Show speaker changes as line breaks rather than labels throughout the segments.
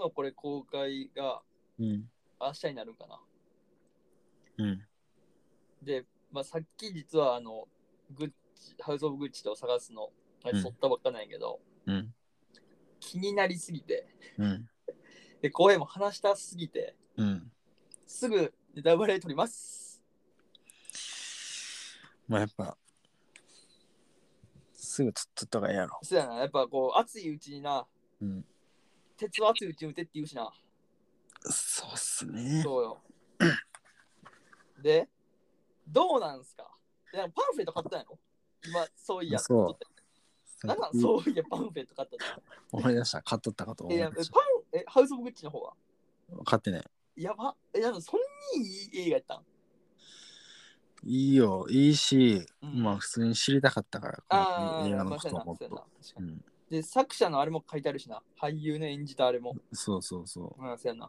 のこれ公開が
うん。
明日になるんかな。
うん。
で、まあ、さっき実はあの、グッチ、ハウス・オブ・グッチと探すの、あ
う
れ、
ん
そったばっかなんやけど、
うん。
気になりすぎて、
うん。
で、公演も話したすぎて、
うん。
すぐネタバレ取ります。
まあやっぱ、すぐつっつった方がええやろ。
そうやな、やっぱこう、熱いうちにな、
うん。
鉄は熱いうちに打てって言うしな。
そうっすね。
そうよ。で、どうなんすかいやパンフレット買ったんやろ今、そういや。
そう
なんなんそういや、パンフレット買ったの
思い出した。買っとったかと思
え
い
や、パ
ま
ン
し、
え、ハウス・オブ・グッチの方は
た。買ってね。
やば。え、なんかそんなにいい映画やったん
いいよ。いいし、
うん
まあ普通に知りたかったから、
あ
こ
あ、
の映画
ま
の
あ
こ
そう
と
やな、
もっ
そうやな確か
と。う
に
ん。
で、作者のあれも書いてあるしな。俳優の演じたあれも。
そうそうそう。
うん、そうやな。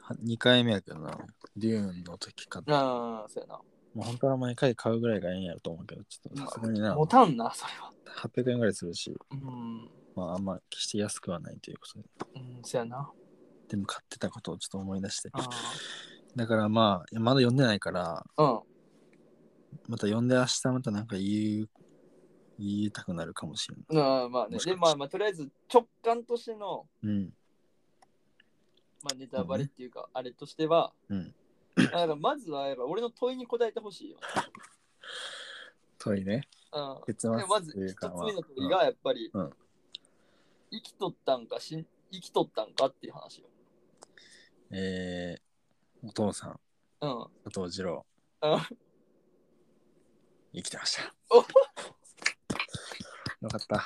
は2回目やけどな。デューンの時買った。
ああ、そうや
もう本当は毎回買うぐらいがええんやろと思うけど、ちょっとさすがに
な。
な、
持たんな、それは。
800円ぐらいするし、
うん、
まああんま決して安くはないということで。
うん、そうやな。
でも買ってたことをちょっと思い出して。
あ
だからまあ、まだ読んでないから、
ー
また読んで明日またなんか言う、言いたくなるかもしれ
うん、うん、まあね。
もしかして
で、まあまあ、とりあえず直感としての、
ない。うん。
まあ、ネタバレっていうか、あれとしては、
うん
だからまずはやっぱ俺の問いに答えてほしいよ。
問いね。
うん
結
でまず
末とい
一つ目
うかは
の問いがやっぱり、
うん
生きとったんかしん生きとったんかっていう話よ。
うんえー、お父さん、
うん、
佐藤二郎
うん。
生きてました。
お
よかった。あ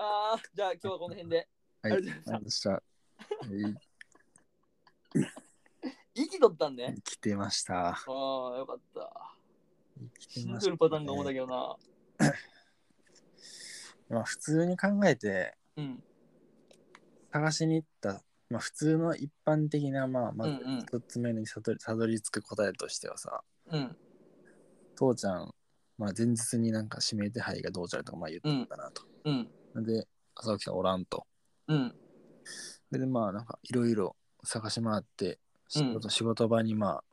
ああ、じゃあ今日はこの辺で。
はい
ありがとうございま
りがとうございました。はい
した。生きとったんね。
生きてました。
ああ、よかった。
生き
死
て
ん
ま
ど
し
るパターンが多いんだ
たね
けどな。
まあ普通に考えて、
うん、
探しに行った、まあ普通の一般的な、まあ
う
ま
ん、う
ず
ん、
一つ目にたどりたどり着く答えとしてはさ、
うん、
父ちゃん、まあ、前日になんか指名手配がどうじゃるとかまあ言ってたなと。
うん、
で、朝起きたらおらんと。
うん、
それでまあなんかいろいろ探し回って仕事,、
う
仕事場にま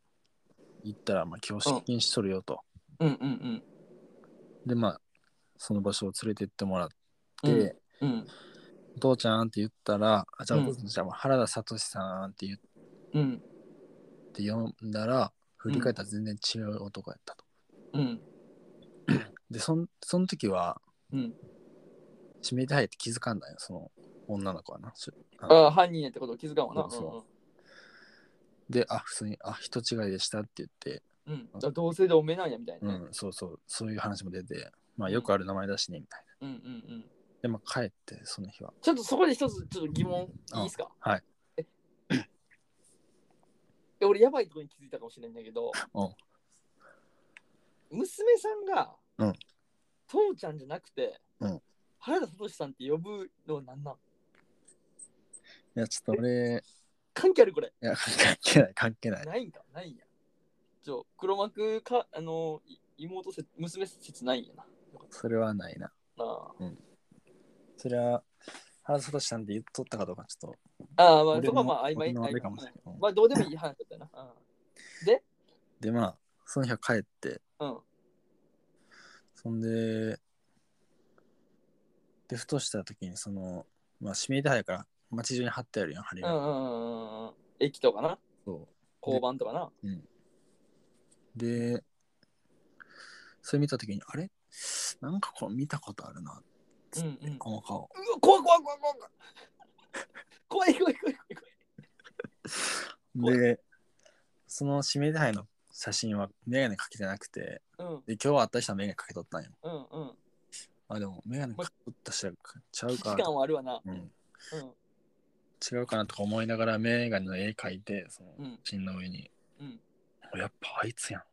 あ行ったらまあ今日出勤しとるよと。
うん、うん、うん、
でまあその場所を連れてってもらって、
うん、
お父ちゃんって言ったら、あじゃあ
う
お
ん
父さんじゃあ原田聡さんって言っ
うん、
て呼んだら、振り返ったら全然違う男やったと。
うん、
で、そんその時は
うん。
指名手配って気づかんだよ、その女の子はな。しあ
あ
の
あ、犯人やってことを気づかんわな。
そうそで、あ、普通に、あ、人違いでしたって言って、
うん、うん。うん、じゃあ同性でおめえなんやみたいな
う
ね。
ん、そうそう、そういう話も出て、まあよくある名前だしね、みたいな。
うんうんうん。
で、まあ帰って、その日は。
ちょっとそこで一つちょっと疑問いいですか
はい。
え俺やばいとこに気づいたかもしれないんだけど、娘さんが、
うん
父ちゃんじゃなくて、
うん
原田聡さんって呼ぶのは何なん
いや、ちょっと俺、
関係あるこれ。
いや、関係ない、関係ない。
ないんかないんや。ちょ、黒幕か、あの、い妹説、娘説ないんやな。
それはないな。
あ
それは、原田聡さんって言っとったかどうか、ちょっと。
あああ、まあ、
俺
そこ
の
はまあ曖昧
俺のあれ
曖
かも
昧
しれない。うん
まあ、どうでもいい話だったよな。
で、まあ、その日は帰って、
うん。うん。
そんで、で、ふとした時に、その、まあ、指名手配から街中に貼ってあるやん、貼り
うん
紙。
うんうんうん。駅とかな、
そ
交番とかな。
うで、それ見た時に、あれなんかこれ見たことあるな、
うんうん。
この顔。
うわ怖い怖い怖い怖い怖い怖い怖い怖い怖い怖い
で、その指名手配の写真はメガネかけてなくて、
うん
で、今日は会った人はメガネかけとったんよ。
うんうん
あ、でも、メガネかけとった人ちゃう
危機
か、
感はあるわな
うん、
うん
違うかなとか思いながらメガネの絵描いて、その
うん
写真の上に、
うん
やっぱあいつやん。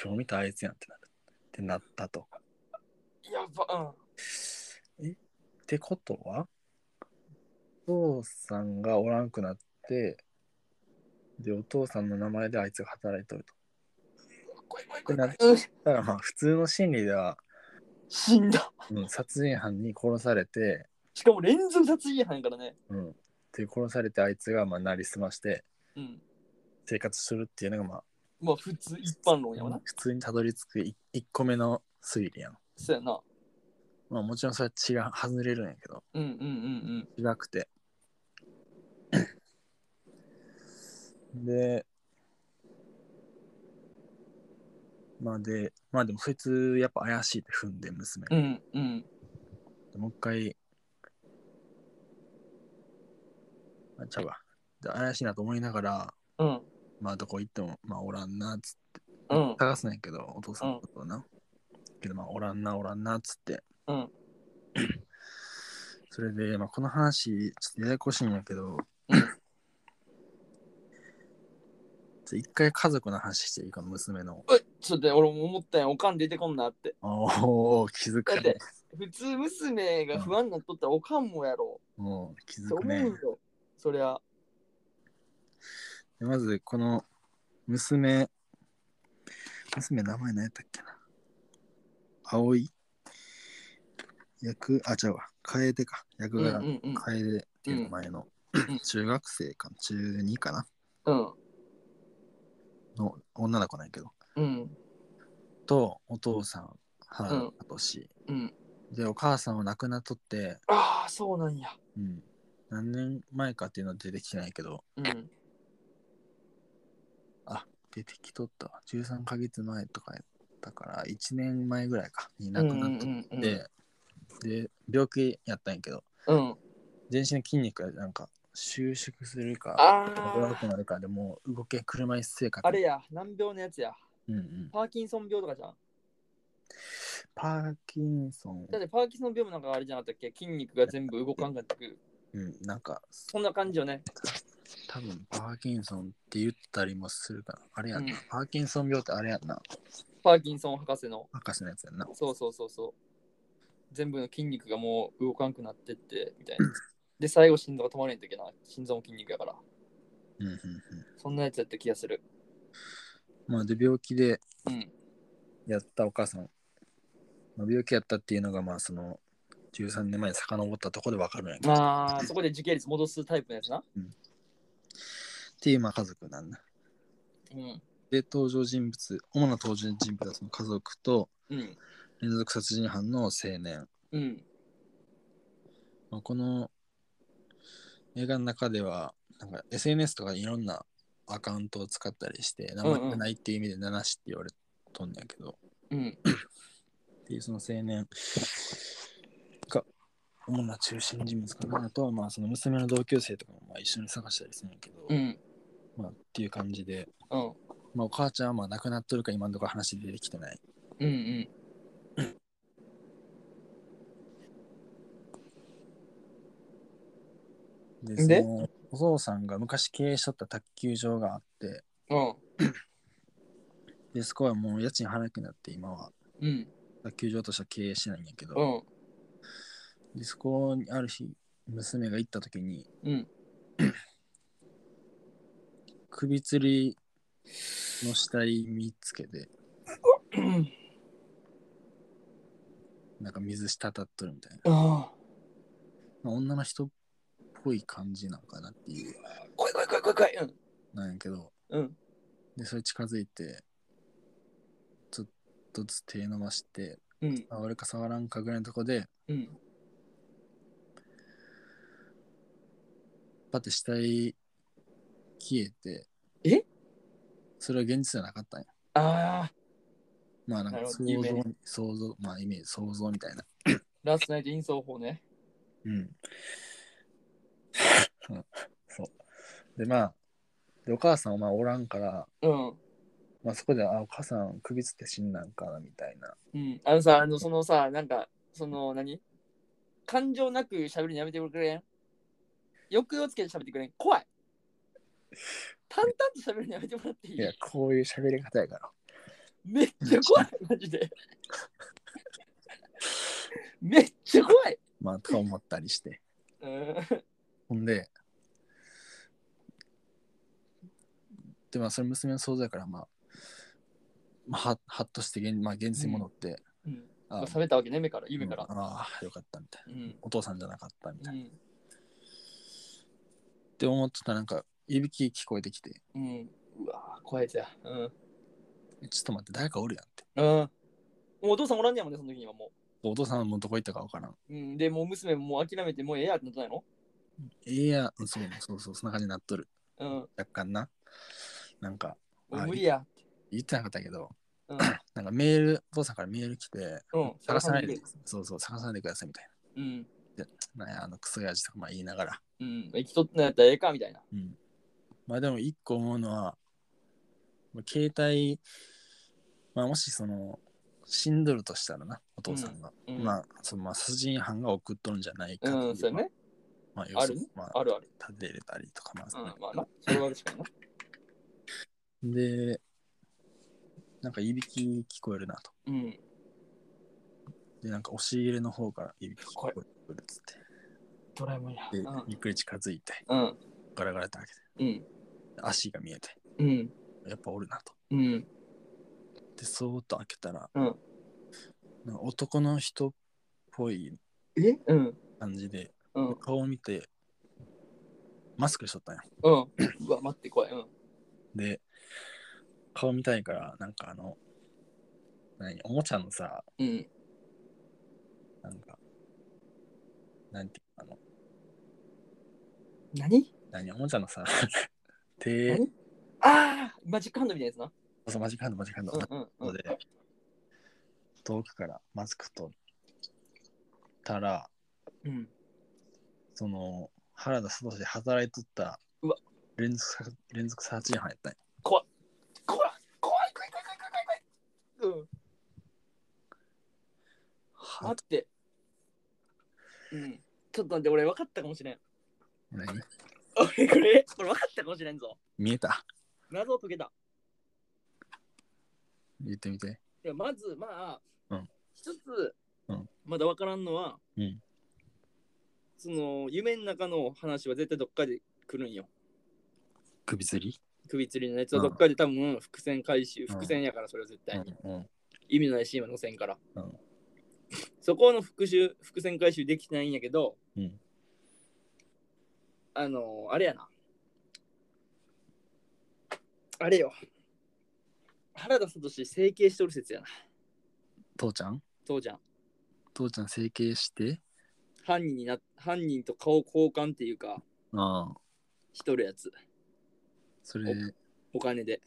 今日見たあいつやんってなる。ってなったと。
やば
ってことはお父さんがおらんくなってでお父さんの名前であいつが働いとると。
うん怖い怖い
って
怖い
なっ
うん
たらまあ普通の心理では、
死んだ
うん、殺人犯に殺されて、
しかも連続殺人犯やからね
うん、で殺されてあいつがまあなりすまして
うん。
生活するっていうのがま
まあ普通、一般論やわ
あ
な。
普通にたどり着く1個目の推理やん。
そうやな。
まあもちろんそれは違う外れるんやけど
うんうんうん
違くて。でまあでまあでもそいつやっぱ怪しいって踏んで娘
うん。うんうん。
もう一回、あちゃうわ。で怪しいなと思いながら、
うん。
まあどこ行っても、まあおらんなっつって、
うん。
探すんやけど、お父さんのことはな。けどまあおらんな、おらんなっつって。
うん。
それで、まあこの話、ちょっとややこしいんやけど、
うん
ちょっと一回家族の話していいか、娘の。
えちょっと俺も思ったやん。おかん出てこんなって。
おお、気づく
だって
ね。
普通娘が不安になっとったらおかんもやろ。
もう気づ
そう思
く
う
ね。
よ。そりゃ。
でまずこの娘娘名前何やったっけな葵役あ違うわ楓か
う
役
んう
柄
んうん。
楓っていう名前の、
うん
中学生か中2かな
うん。
の女の子なんやけど
うん。
とお父さん母あとし、
うん。
でお母さんは亡くなっとって、
ああ、そうなんや。
うん、何年前かっていうのは出てきてないけど
うん。
出てきとったわ13ヶ月前とかやったから1年前ぐらいかに亡くなっとっ
う
て
んうんうん
で、で病気やったんやけど
うん。
全身の筋肉がなんか収縮するか
あ
弱く
あ。
なるかでもう動けん車椅子生活
あれや、難病のやつや。
うんうん、
パーキンソン病とかじゃん。
パーキンソン、
だってパーキンソン病もなんかあれじゃなかったっけ筋肉が全部動かんかってくる。
うん、なんか
そんな感じよね。
多分パーキンソンって言ったりもするかなあれやんな、
うん
パーキンソン病ってあれやんな
パーキンソン博士の。
博士のやつやんな
そうそうそうそう。全部の筋肉がもう動かんくなってって、みたいな。で、最後心臓が止まれんといけない。心臓も筋肉やから。
うんうんうん
そんなやつやった気がする。
まあで病気で
うん。
やったお母さん、まあ、病気やったっていうのがまあその13年前に遡ったところでわかるんやけど、
まあ、そこで時系列戻すタイプのやつな。
っていうまあ家族なんだ
うん。
で登場人物主な登場人物はその家族と
うん。
連続殺人犯の青年、
うん。
まあ、この映画の中ではなんか SNS とかいろんなアカウントを使ったりして名前がないっていう意味で「ナナシ」って言われとんねんけど、
うん。
っていうその青年が主な中心人物かなあとはまあその娘の同級生とかもまあ一緒に探したりするんやけど、
うん。
まあ、っていう感じで、
うん。
まあ、お母ちゃんはまあ亡くなっとるか今のところ話出てきてない
うん。うん。
で
で
そのお父さんが昔経営しとった卓球場があって
うん。
でそこはもう家賃払えなくなって今は
うん。
卓球場としては経営してないんやけど、
うん。
でそこにある日娘が行った時に
うん。
首吊りの死体見つけて
うん。
なんか水滴っとるみたい
あ
な、
あ。
まあ、女の人っぽい感じなんかなっていう
来い来い来い来い来い。うん。
なんやけど
うん。
でそれ近づいてちょっとずつ手伸ばして
うん。
触るか触らんかぐらいのとこで
うん。
パッて死体消えて
え
それは現実じゃなかったんや
ああ。
まあなんか
なるほ
想
ど夢
像
ね
想像まあイメージ想像みたいな
ラストナイト陰奏法ね。
うん そうでまあでお母さんはまあおらんから、
うん。
まあ、そこであお母さん首つって死んだんかなみたいな
うん。あのさ、あの、そのさ、なんか、その、何感情なく喋るのやめてくれん抑揚つけて喋ってくれん怖い淡々と喋るのやめてもらっていい
いやこういう喋り方やから
めっちゃ怖い、マジで。めっちゃ怖い。
まあとか思ったりして
うん
ほんで、で、まあ、それ娘の想像やから、まあ、まあ、ははっとして現、まあ、現実に戻って、
うん。
あ
まあ、覚めたわけね、目から、夢から
うん。ああ、よかったみたい
う
な。
ん。
お父さんじゃなかったみ
う
たいな。
ん。
って思ってたらなんか、いびき聞こえてきて、
うん。うわー、怖いやつや。うん。
ちょっと待って、誰かおるやんって。
うん。もうお父さんおらんねやもんね、その時にはも
お父さんはもうどこ行ったかわからん。
う。うん。で、もう娘ももう諦めて、もうええやってなったんやろ
ええや、そうそうそう、そんな感じになっとる。
うん。
若干な。なんか、
も
あ
う無理や。
言ってなかったけど、
うん。
なんかメール、お父さんからメール来て、
うん。
探さない
で
で、そうそう、探さないでくださいみたい
うん。
な。なんやあの、クソやじとかまあ言いながら。
うん。生きとってんのやったらええかみたいな。
うん。まあでも、一個思うのは、まあ携帯、まあもしその、死んどるとしたらな、お父さんが。
うん。
まあ、そのまあ殺人犯が送っとるんじゃないか
うん、そうやね。
まあ、要す
ある
るに、まあ、
あるある。
立てれたりとか、まあ、
うん。まあ な。それはあるしかな。
で、なんかいびき聞こえるなと。
うん。
で、なんか押し入れの方からいびき聞こえてくるっつっ
ドラえもんや。
て。で、ゆっくり近づいて、
うん。
ガラガラって開けて、
うん。
足が見えて、
うん。
やっぱおるなと。
うん。
で、そーっと開けたら、
うん
なんか男の人っぽい
えうん。
感じで、
うん。
顔を見て、マスクしとったんや。
うん。うわ、待って、怖い。うん。
で、顔見たいから、なんかあの、何、おもちゃのさ、
うん。
なんか、なんていうのあの、
何
何、おもちゃのさ、 手
何、ああマジックハンドみたいなや
そう、マジックハンド、マジックハン
つな。
ド、
うん。う
の
ん。
で、遠くからマスクとったら、
うん。
その、原田聡で働いとった
うわ
連続殺連続殺人犯やったんや
怖い怖い怖い怖い怖い怖い怖いうん。待って。うん。ちょっと待って、俺分かったかもしれん。
何
俺これ、これ分かったかもしれんぞ。
見えた
謎を解けた。
言ってみて。
いやまず、ま
う
あ
ん、
一つ
うん、
まだ分からんのは
うん、
その、夢の中の話は絶対どっかで来るんよ。
首吊り
首吊りのやつはどっかで多分伏線回収、伏線やからそれは絶対に、
うんうん
意味のないシーンは載せんから、
うん
そこの復讐伏線回収できてないんやけど、
うん
あのあれやなあれよ原田聡整形しとる説やな
父ちゃん
父ちゃん
父ちゃん整形して
犯人にな犯人と顔交換っていうか
ああ、
しとるやつ
それ、
お金で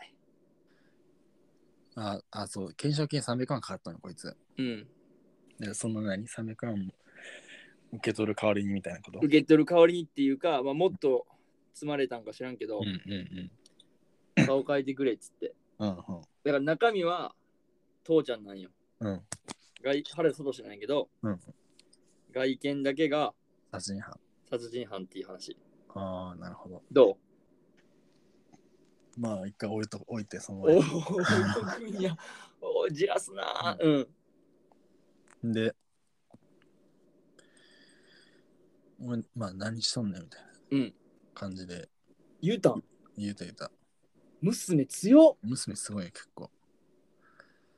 ああ、そう、懸賞金300万かかったの、こいつ。
うん
でその何 ?300 万も受け取る代わりにみたいなこと。
受け取る代わりにっていうか、まあ、もっと積まれたんか知らんけど
うん、うん
顔変えてくれっつって
うん。うん
だから中身は父ちゃんなんよ。
うん。うん。
外原田聡じゃないけど、
うん
外見だけが
殺人犯。
殺人犯っていう話。
ああ、なるほど。
ど
まあ、一回置いと置いて、その
うおお、いや、おお、じらすなー。うん。
で、お前、まあ、何しとんねんみたいな
うん
感じで
ゆうたん、
言うていた。
娘強っ。
娘すごいよ結構。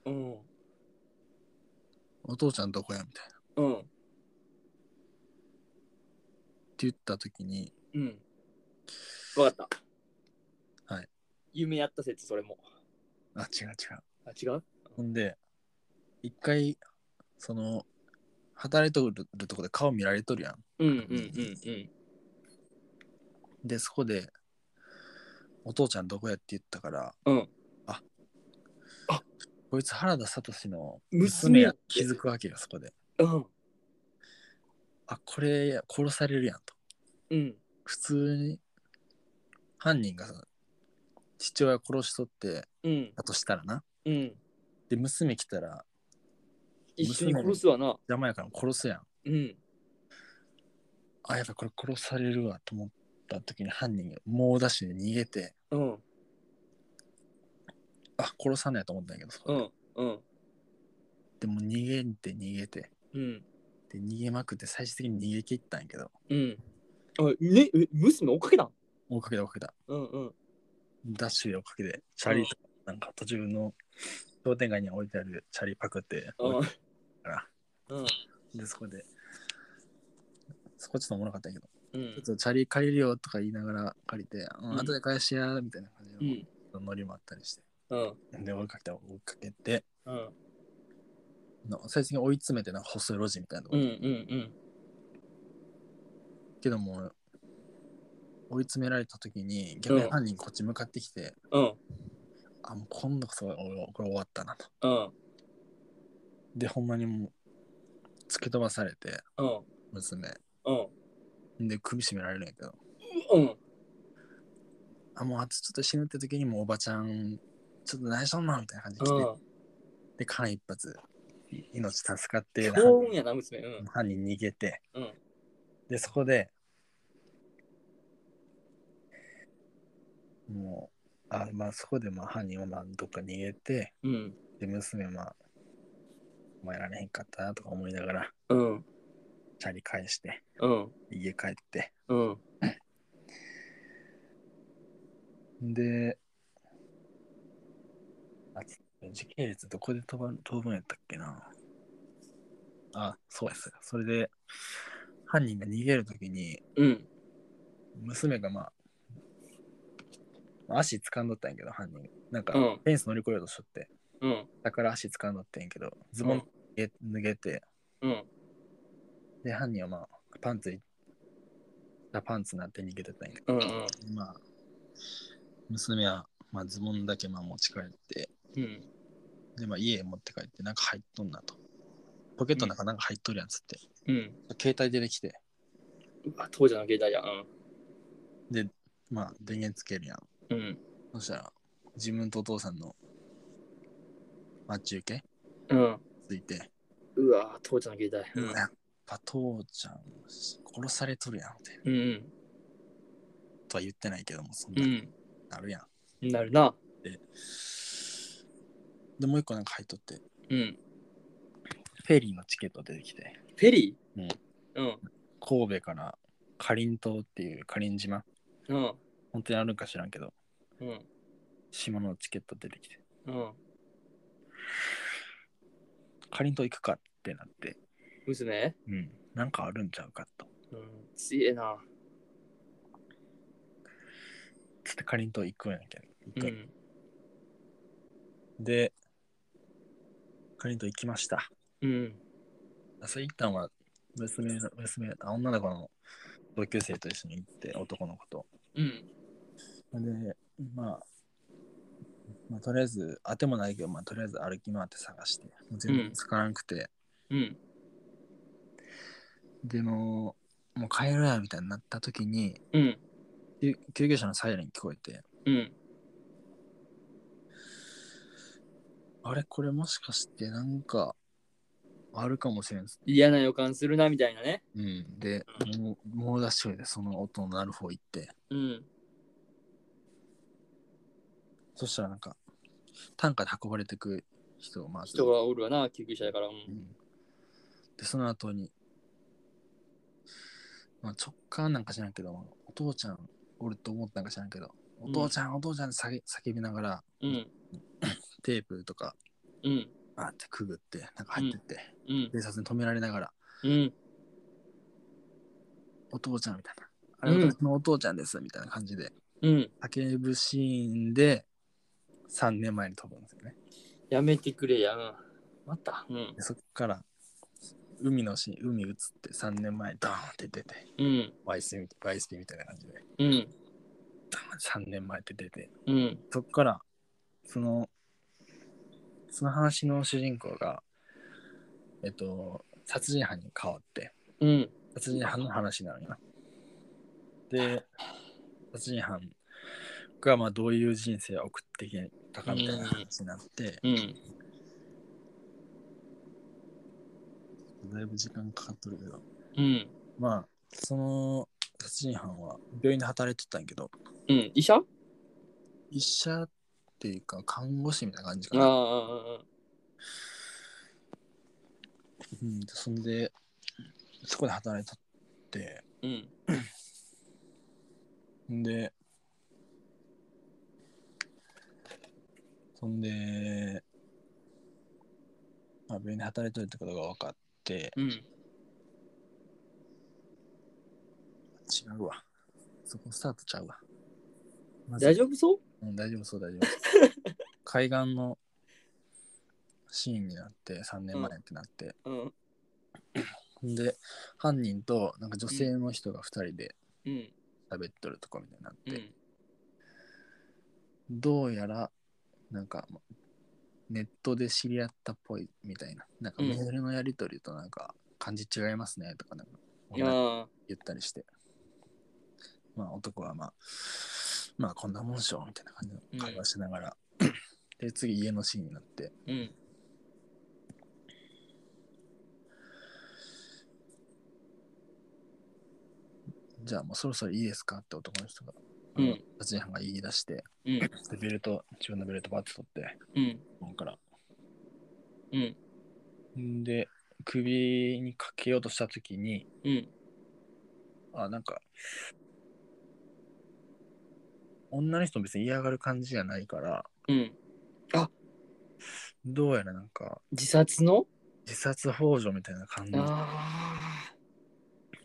うん。
お父ちゃんどこやみたいな。って
うん。
言った時に、
うん。わかった。
はい。
夢やった説、それも。
あ、違う違う。
あ、違う
ほんで、一回、その、働いとるとこで顔見られとるやん。
うんうんうんうん。
で、そこで、お父ちゃんどこやって言ったから、
うん
あ
あ
こいつ原田聡の
娘や
娘気づくわけよ、そこで。
うん。
あ、これ、殺されるやんと。
うん。
普通に、犯人がさ、父親殺しとって、
うん。
だとしたらな。
うん。
で、娘来たら、
一緒に殺すわな。
邪魔やから殺すやん。
うん。
あ、やっぱこれ殺されるわと思った時に犯人が猛ダッシュで逃げて、
うん。
あ、殺さないと思ったんやけど、そこ
う
で
ん。うん。
でも逃げて逃げて、
うん。
で、逃げまくって最終的に逃げ切ったんやけど、
うん。あ、ね、え娘追っかけたん
追っかけた追っかけた。
うんうん。
ダッシュで追っかけて、チャリとか、なんか途中の商店街に置いてあるチャリパクって、
うん
から
うん。
で、そこで、そこちょっとおもろかったんやけど、
う
ちょっ
ん。
とチャリ借りるよとか言いながら借りて、うん
うん
後で返しやみたいな感
う
じ
ん。
のノリもあったりして。
어.
うん。
で、追いかけて、追いかけて、
うん。
の最終的に追い詰めて、なんか細い路地みたいなとこ
うん。う
ろ、
ん。
けども、追い詰められた時に、逆に犯人こっち向かってきて、
어.
うん。
あ、もう今度こそ俺これ終わったなと。
어.
うん。
で、ほんまにもう、突き飛ばされて、
어.
うん。
娘。
うん。
で、首絞められるんやけど、
うん。
あ、もうあとちょっと死ぬって時にもうおばちゃん、ちょっと何しとんのみたいな感じで来
어.
て、
う
で、間一髪、命助かって、
ん。強運やな、娘。うん。
犯人逃げて、
うん
でそこでもうあまあそこでまあ犯人はまあどっか逃げて
うん。
で娘はまあお前られへんかったなとか思いながら
うん。
チャリ返して
어.
うん。
家帰って
うん。
であち時系列どこで飛ば飛ぶんやったっけなあそうですそれで犯人が逃げるときに
うん。
娘がまあまあ足掴んどったんやけど犯人なんか
う
어.
ん
フェンス乗り越えようとしとって
うん。
だから足掴んどったんやけどズボン脱げ,、脱げて
うん。
で犯人はまあパンツいパンツになって逃げてったんやけ
うん。うん。
どまあ娘はまあズボンだけまあ持ち帰って
うん。
でまあ家へ持って帰ってなんか入っとんなとポケットの中なんか入っとるやんつって、
うん。
携帯出てきて
아,
あ、当時の携帯や。
まあ電源つけるやん
うん。うん。
そしたら自分とお父さんの待ち受け
うん。
ついて
うわ、当時の携帯。
やっぱ父ちゃん殺されとるやんみたいな
うん。うん。
とは言ってないけどもそん
う。
なんなるやん、
なるな。
でもう一個なんか入っとって
うん。
フェリーのチケット出てきて
フェリーうん。
神戸からカリン島っていうカリン島
うん。
어.
本当にあるんか知らんけど
うん。
島のチケット出てきて
うん。
カリン島行くかってなって
娘
うんなんかあるんちゃうかと
うん。強えな。
つってカリン島行くんやけど行
う
く、
ん。
でカリン島行きました
うん。
それ一旦は娘の娘あ女の子の同級生と一緒に行って男の子と
うん。
で、まあ、まあ、とりあえず、当てもないけど、まあ、とりあえず歩き回って探して、もう全部見つからなくて、
うん。
でも、もう帰ろうやみたいになった時に、
うん。
救救急車のサイレン聞こえて、
うん。
あれ、これもしかして、なんか、あるかもしれんっす。
嫌な予感するな、みたいなね。
うん。で、もう、猛ダッシュで、その音の鳴る方行って、
うん。
そしたらなんか、担架で運ばれてく人を、まあ、
人がおるわな、救急車やから。う。
うんんでその後に、まあ、直感なんか知らんけどお父ちゃん俺と思ったんか知らんけど
う
お
ん
父ちゃん、お父ちゃんって叫叫びながら
うん。
テープとか
うん。
あーってくぐってなんか入ってって、
うん。
警察に止められながら
うん。
お父ちゃんみたいなあ
う
れ
ん
私のお父ちゃんですみたいな感じで
うん。
叫ぶシーンで3年前に飛ぶんですよね
やめてくれや。うん。また。うん。
でそっから海のシーン海映って3年前ドーンって出て
うん。
YSP みたい YSP みたいな感じで
うん。
3年前って出て
うん。
そっからそのその話の主人公がえっと殺人犯に変わって
うん。
殺人犯の話なのよなで殺人犯がまあどういう人生を送ってきたかみたいな話になって、
うん。
だいぶ時間かかっとるけど
うん。
まあその殺人犯は病院で働いてたんやけど
うん。医者あ
医者っていうか看護師みたいな感じか
あ。
な
ああ
うん、そんで、そこで働いとって、
うん。
んで、そんで、まあ、病院で働いとるってことが分かって、
うん。
治うわ。そこスタートちゃうわ。まず
大丈夫そう
うん、大丈夫そう、大丈夫そう。海岸のシーンになって、3年前ってなって。
うん。
で、犯人となんか女性の人が2人で
うん。
喋っとるとこみたいになっ
う
て、
ん。
どうやら、なんか、ネットで知り合ったっぽいみたいな。なんか
うん
メールのやり取りとなんか、感じ違いますねとか、なんか、
いやー
言ったりして。まあ男はまあ、まあこんなもんでしょみたいな感じの会話しながら。で、次家のシーンになって、
うん。
じゃあもうそろそろいいですかって男の人が、
うん。
立ち班が言い出して、
うん。
でベルト、自分のベルトバッと取って、
うん。
もうから。
うん。
んで、首にかけようとした時に、
うん。
あ、なんか、女の人も別に嫌がる感じじゃないから、
うん。
どうやらなんか
自殺の
自殺ほう助みたいな感じ
あ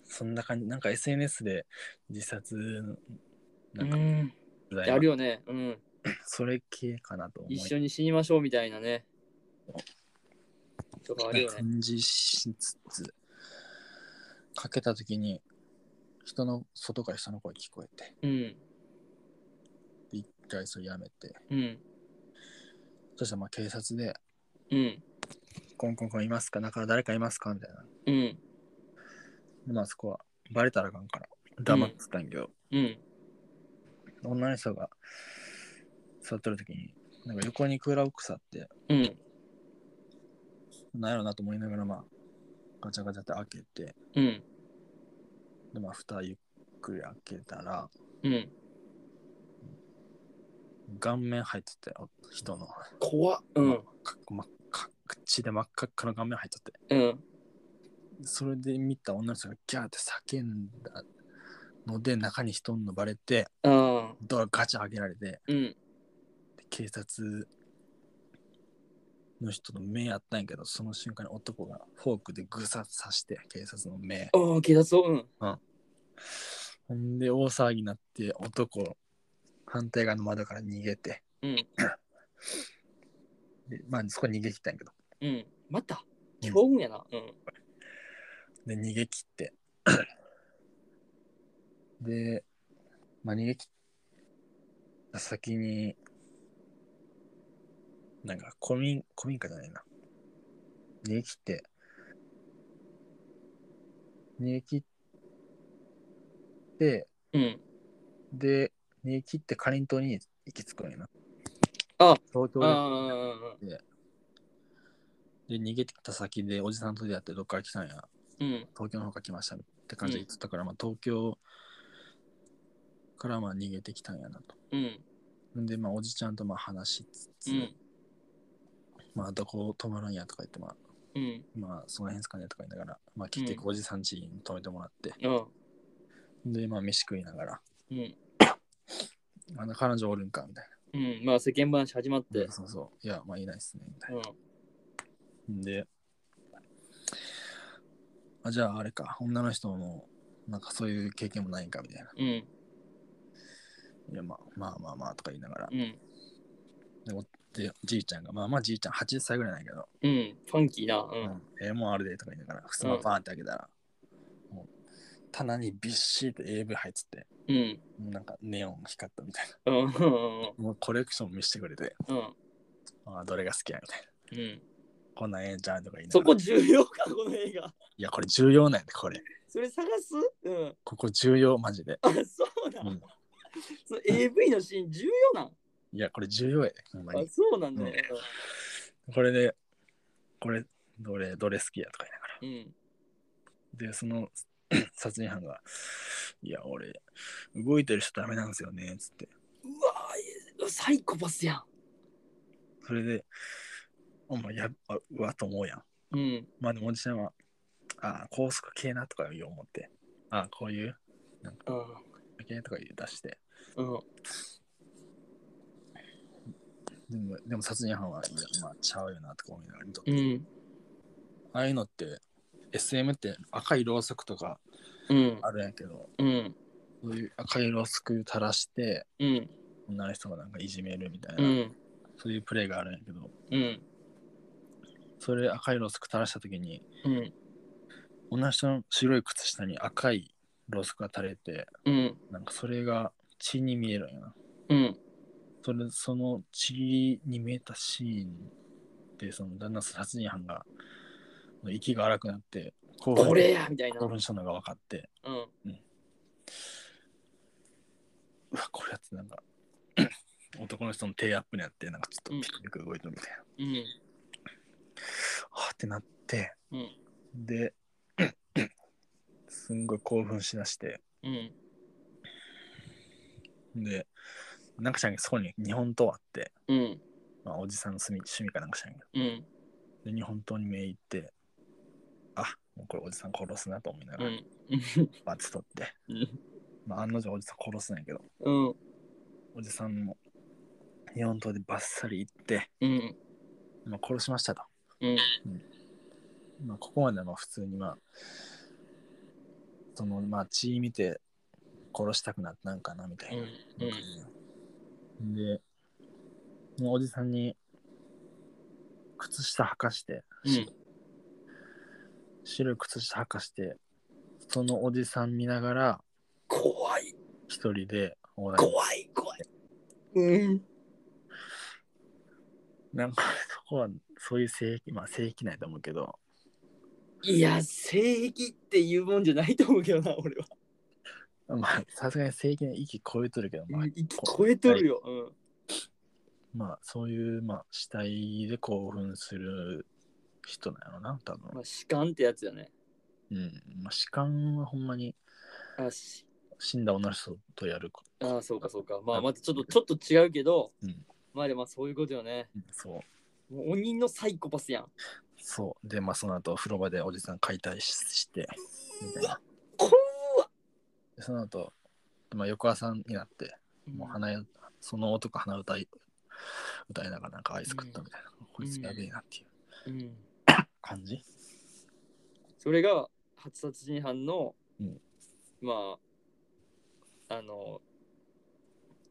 そんな感じ、なんか SNS で自殺
あ。う
のなんか
ん。
取材
やるよね。うん。
それ系かなと思い
一緒に死にましょうみたいなね。とかあるよね。
感じしつつ、かけたときに、人の外から人の声聞こえて、
うん。
で一回それやめて、
うん。
そしたらまあ警察で、
うん。
コンコンコンいますか中誰かいますかみたいな。
うん。
でまあそこはバレたらあかんから、黙ってたんやけど、
うん。
女の人が座ってるときに、なんか横にクーラーボックスあって、
うん。
なんやろなと思いながら、まあ、ガチャガチャって開けて、
うん。
で、まあ、蓋ゆっくり開けたら、
うん。
顔面入ってたよ、人の。
怖っ。うん。
か真っ赤、口で真っ赤っかの顔面入っとって。
うん。
それで見た女の人がギャーって叫んだので、中に人のバレて、
ああ。
ドアガチャ開けられて、
うん。
で警察の人の目やったんやけど、その瞬間に男がフォークでぐさ刺して、警察の目。
ああ、警察を。うん。
ほんで、大騒ぎになって、男、反対側の窓から逃げて、
うん。
でまあ、そこに逃げ切ったんやけど。
うん。また強運やな。うん。
で逃げ切ってで、まあ、逃げ切った先になんか古民古民家じゃないな逃げ切って逃げ切って
うん。
で逃げ切ってかりんとうに行き着くんやな
あ
東京
あ
で
あ。
で逃げてきた先でおじさんと出会ってどっから来たんや
うん。
東京の方から来ましたって感じで言ってたから、まあ、東京からまあ逃げてきたんやなと。
うん。
んで、まあ、おじちゃんとまあ話しつ
う
つ、
ん。
まあ、どこ泊まるんやとか言って、まあ、
うん。
まあ、その辺ですかねとか言いながら、まあ、結局おじさん家に泊めてもらって、
うん。
で、まあ、飯食いながら、
うん。
あの彼女おるんかみたい
うん。まあ、世間話始まっ
な。
て。。。
そうそう。いや、まあ、いないっすね。みたいうなんで、あじゃあ、あれか、女の人の、なんかそういう経験もないんかみたいな。
うん。
いや、まあ、まあまあまあとか言いながら、
うん。
でじいちゃんが、まあまあじいちゃん80歳ぐらいなんやけど、
うん。ファンキーな。
ええもんあるでとか言いながら、ふすまバーンって開けたら、もう棚にびっしりと AV 入ってて、
うん。うん。
なんかネオン光ったみたい
うん。うん。
な、もうコレクション見せてくれて、
うん。
ああどれが好きやみたいな、
うん。
こんなんええんちゃうとか言いな
そ
がら、
こ重要か、この映画。
いや、これ重要なんやで、これ、
それ探すうん。
ここ重要、マジで。
あ、そうな。
うんん、
その AV のシーン重要なん。
いや、これ重要やで、ほんま
あ
に、。
そうなんだ。
これで、これ、どれ、どれ好きやとか言いながら。
うん。
で、その 殺人犯が、いや、俺、動いてる人ダメなんですよね、つって。
うわサイコパスや
それで、お前やっぱ、うわ、と思うやん。
ん。うん。
まあでも、おじちゃんは、ああ、高速系なとか言う思って、ああ、こういう、なんか、
うん。
系とか言う出して、
うん。
でも、でも殺人犯は、いや、まあ、ちゃうよな、とか思いながら見とって、
うん。
ああいうのって、SM って赤いろうそくとか
うん。
あるんやけど、
うん。
そういう赤色をすくい垂らして
うん。
女の人がなんかいじめるみたいな、
うん。
そういうプレイがあるんやけど
うん。
それ赤色をすくい垂らした時に
うん。
女の人の白い靴下に赤いろうそくが垂れて
うん。
なんかそれが血に見えるんやな
うん。
それその血に見えたシーンでその旦那殺人犯が息が荒くなってこ
これやみたいな。
興奮したのが分かって
うん。
うわこれやってなんか 男の人の手アップになってなんかちょっとピクピク動いてるみたいな、
うん。
はあってなって
うん。
で すんごい興奮しだして
うん。
でなんかしらんけどそこに日本刀あって、
うん。
まあ、おじさんの趣味趣味かなんかしらんけ
うん。
どで日本刀に目いってあもうこれおじさん殺すなと思いなが
う
ら
ん。
バツ取って、
うん
まあ、案の定おじさん殺すんやけど
うん。
おじさんも日本刀でバッサリいって、
うん。
まあ、殺しましたと、
うん。
まあ、ここまではまあ普通にまあそのまあ血見て殺したくなったんかなみたいな
うん
感じで、そのおじさんに靴下履かして、
うん
白い靴下履かしてそのおじさん見ながら
怖い。
一人で大台
怖い。怖い。うん。
なんかそこはそういう性域まあ性域内と思うけど
いや、性癖っていうもんじゃないと思うけどな、俺は。
まあさすがに性域内息超えとるけどまあ
息超えとるよ。うん。
まあそういう、まあ、死体で興奮する人なのな多分、
まあ、主観ってやつだね。
うんまあ、士官はほんまに
あし。
死んだ女の人とやるこ
ああ、そうか、そうか。まあ、またちょっと、ちょっと違うけど。
うん
まあ、でも、そういうことよね。
うんそう
もう鬼のサイコパスやん。
そうでまあその後風呂場でおじさん解体ししてみたいな
こ
でその後、まあ翌朝になって
ん
もう鼻やその男鼻歌い歌いながらなんかアイス食ったみたいな、こいつやべえなっていう
うん。
感じ、
それが初殺人犯の、
うん
まああの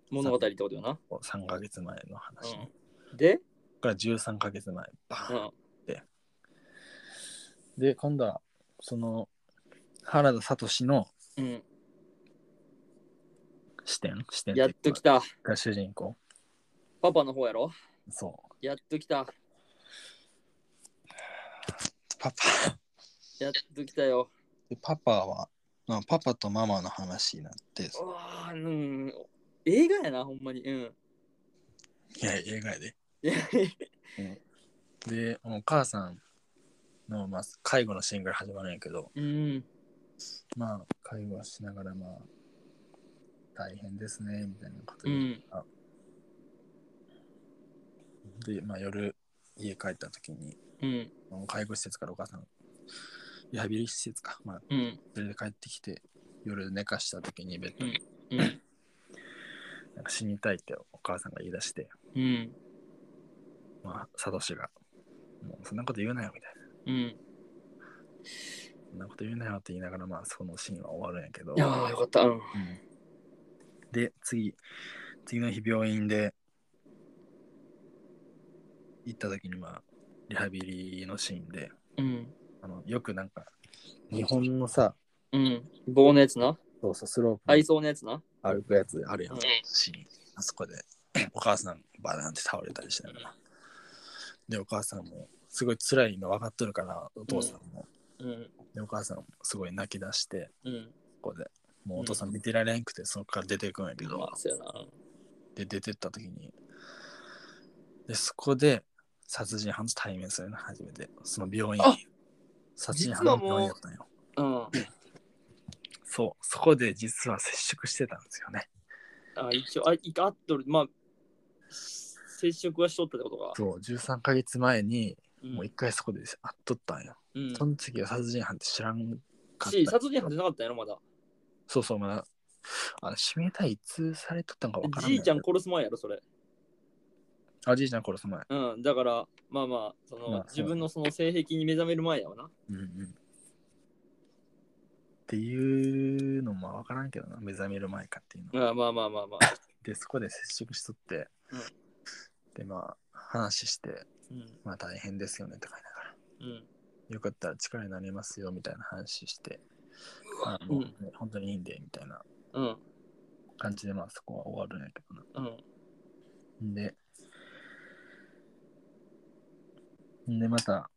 物語ってことよな。
こう3ヶ月前の話、ね
で、
これから13ヶ月前バーン
う、ん、
で今度はその原田聡の
うん、
視点視点
やっときた。
が主人公
パパの方やろ
そう
やっときた。
パパ
やっときたよ。
でパパは、まあ、パパとママの話になって
うわあ、うん。映画やな、ほんまに。うん。
いや映画やで
いや
でお母さんの、まあ、介護のシーンから始まるんやけど
うん。
まあ介護しながらまあ大変ですねみたいなこと
う
で,、
ん。
でまあ、夜家帰った時に
うん。
介護施設からお母さんリハビリ施設か、まあ、
うん。
それで帰ってきて夜寝かした時にベッドに
うん。
なんか死にたいってお母さんが言い出して、
うん。
まあ、サトシが、もうそんなこと言うなよみたいな、
うん。
そんなこと言うなよって言いながら、まあ、そのシーンは終わるんやけど
い、やーよかった。うん。
うんで、次、次の日病院で、行った時に、まあ、リハビリのシーンで、
うん。
あのよくなんか、日本のさ、
うん。棒のやつな。
そうそうスロー
愛想のやつな。
プ歩くやつあるやん、
うん
シーン。あそこで、お母さんバランって倒れたりしながら。で、お母さんも、すごい辛いの分かっとるから、お父さんも。
うん。
でお母さんすごい泣き出して
うん。
ここでもうお父さん見てられんくて、そこから出ていくんやけど、
まあ、そうやな。
で出てった時にでそこで殺人犯と対面するの初めてその病院
あ
殺人犯の病院やったんよ
うん。
そうそこで実は接触してたんですよね
あ、一応、あ、いかっとる。まあ、接触はしとったってことか。
そう13ヶ月前に
うん
もう一回そこで会っとったんよ、
うん
その次は殺人犯って知らんかっ
し、
た
殺人犯じゃなかったんやろ、まだ。
そうそうまだあ指名体いつされとったんかわからん
じ
ね
いちゃん殺す前やろ、それ。
あじいちゃん殺す前
うん、だから、まあまあ、その、
まあ
自分のその性癖に目覚める前やわな。
うんうんっていうのもわからんけどな、目覚める前かっていうの。
まあまあまあまあまあ。
で、そこで接触しとって、
うん
で、まあ、話して、
うん。
まあ大変ですよねとか言いなが
う
ら、
ん。
よかったら力になりますよみたいな話して、あ
う
も
ん
う、ね本当にいいんでみたいな
うん。
感じで、まあそこは終わるんやけどな。
うん。
んで、んで、また、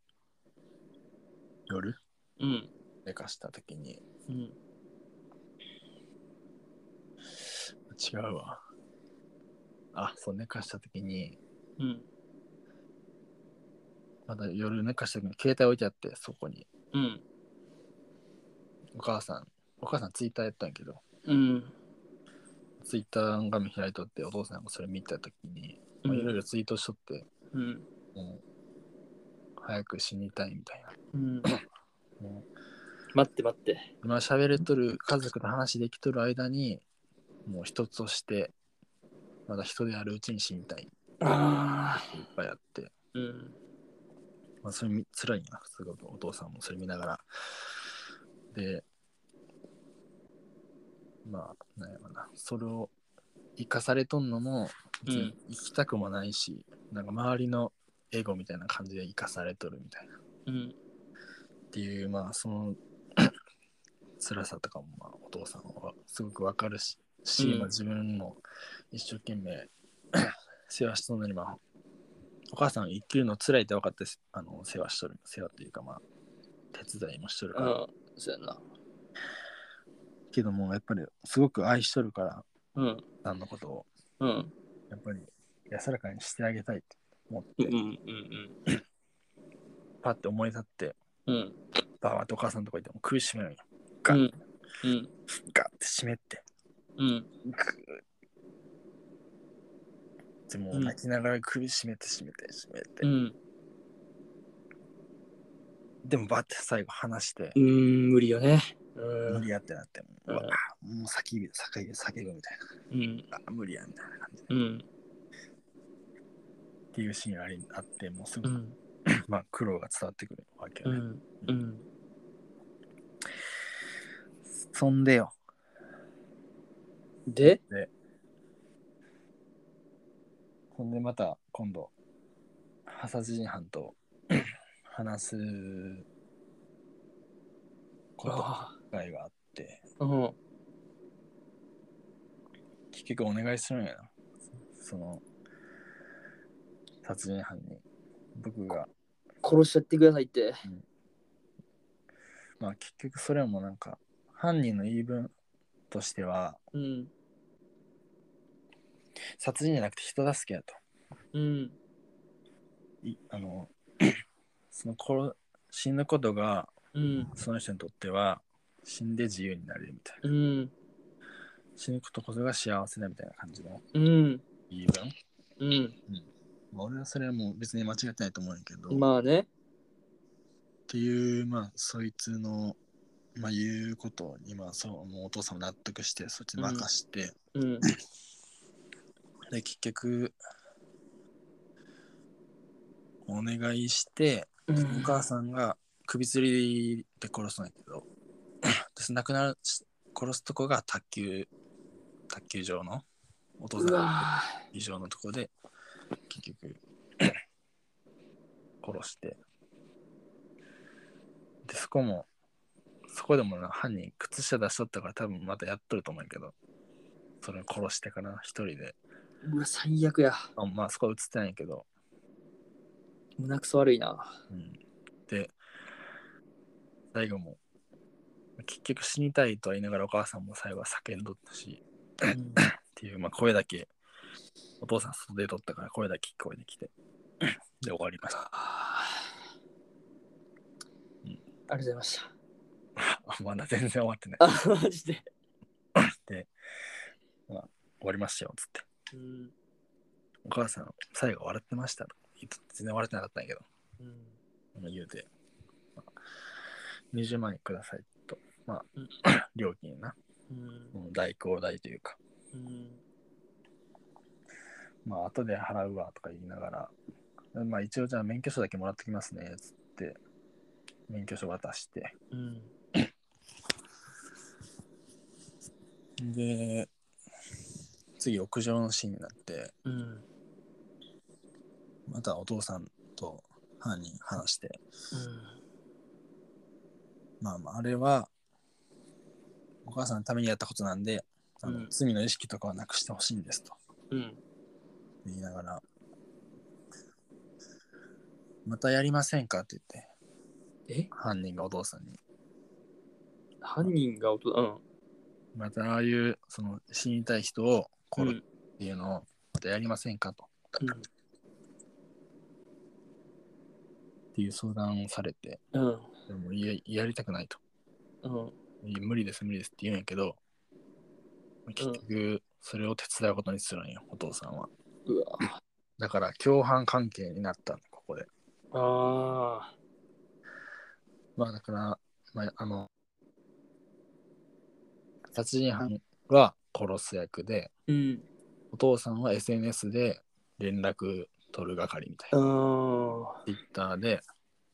夜
うん。
寝かしたときに、
うん。
違うわ。あ、そう、寝かしたときに、
うん。
また夜寝かしたときに携帯置いてあって、そこに。
うん。
お母さん、お母さんツイッターやったんやけど、
うん。
ツイッターの画面開いとって、お父さんがそれ見たときに、
う
まあいろい
ん。
ろツイートしとって、
うん。
もう、早く死にたいみたい
う
な。
ん。
もう
待って待って。
今喋れとる家族と話できとる間にもう一つとしてまだ人であるうちに死にたいって
ああ。
いっぱいあって、
うん。
まあ、それみ辛いんやなすごくお父さんもそれ見ながらでまあなんやろなそれを生かされとんのも別に生きたくもないし、なんか周りのエゴみたいな感じで生かされとるみたいなっ
うん。
ていうまあその 辛さとかもまあお父さんはすごくわかるしし、
うん
まあ自分も一生懸命 世話しとんのに、まあ、お母さん生きるの辛いって分かってあの世話しとる世話というかまあ手伝いもしとるから、
ああ。そうやな。
けどもやっぱりすごく愛しとるから
うん。
さんのことを
うん。
やっぱり安らかにしてあげたいって思って、
うん。うん。
パッて思い立って
うん。
バーッとお母さんのとこ行っても苦しめるんよ
う
ガッ
ん。うん。
ガッて締めて
うん。
グーってもう泣きながら首絞めて締めて締めて、
うん。
でもバッて最後話して
う、ん。無理よね。う
無
ん。
理やってなってもう,、
うん
わあもう叫び叫び叫ぶみたい
うん。
なあ無理やみたいな感じで
うん。
っていうシーンありあってもうす
う
ごく、
ん。
まあ苦労が伝わってくるわけ
う
よね、
ん。うん。
そんでよ
で
そんでまた今度殺人犯と 話すこと
あ
機会があって
あ。うん。
結局お願いするんやなその殺人犯に僕が
殺しちゃってくださいって。
まあ結局それはもうなんか犯人の言い分としては
うん。
殺人じゃなくて人助けやと
うん。
いあの その殺死ぬことが
うん。
その人にとっては死んで自由になれるみたいな
うん。
死ぬことこそが幸せだみたいな感じの
うん。
言い分、
うん。
まあ、俺はそれはもう別に間違ってないと思うんやけど、っ
まあね。
ていうまあそいつのまあ言うことにまあそうもうお父さんも納得してそっちに任して、
うん。
で結局お願いして
うん
お母さんが首吊りで殺すんやけど で亡くなるし殺すとこが卓球卓球場のお父さん
う
が
わ
以上のとこで結局 殺してでそこもそこでもな犯人靴下出しとったから多分またやっとると思うんやけどそれを殺してから一人で
ーうわ、最悪や。
あまあそこは映ってないんやけど、
胸くそ悪いな。
うん、で最後も結局死にたいとは言いながらお母さんも最後は叫んどったし
うん
っていう、まあ、声だけお父さん外で撮ったから声だけ聞こえてきてで終わりました
あ
うん
りがとうございました。
まだ全然終わってない
あ、マジで。
終わりましたよつって
うん。
お母さん最後笑ってましたと言っとって全然笑ってなかったんやけど
うん。
まあ言うて、まあ20万円くださいとまあ
うん
料金な
うん
もう代行代というか
うん。
まあ後で払うわとか言いながら、まあ一応じゃあ免許証だけもらってきますね、つって、免許証渡して、
うん。
で、次屋上のシーンになって、
うん。
またお父さんと犯人話して、まあまあ、あれは、お母さんのためにやったことなんで、あの
うん
罪の意識とかはなくしてほしいんですと
うん。
言いながら、またやりませんかって言って、
え
犯人がお父さんに。
犯人が音、うん。
またああいうその死にたい人を
う
殺す
ん
っていうのをまたやりませんかと、っていう相談をされて
うん。
でもいややりたくないと
うん。
いや無理です無理ですって言うんやけど結局それを手伝うことにするんよ、お父さんは
うわ。
だから共犯関係になったここで
ああ。
まあだから、まあ、あの殺人犯は殺す役で
うん。
お父さんは SNS で連絡取る係みたいな
うん。
ツイッターで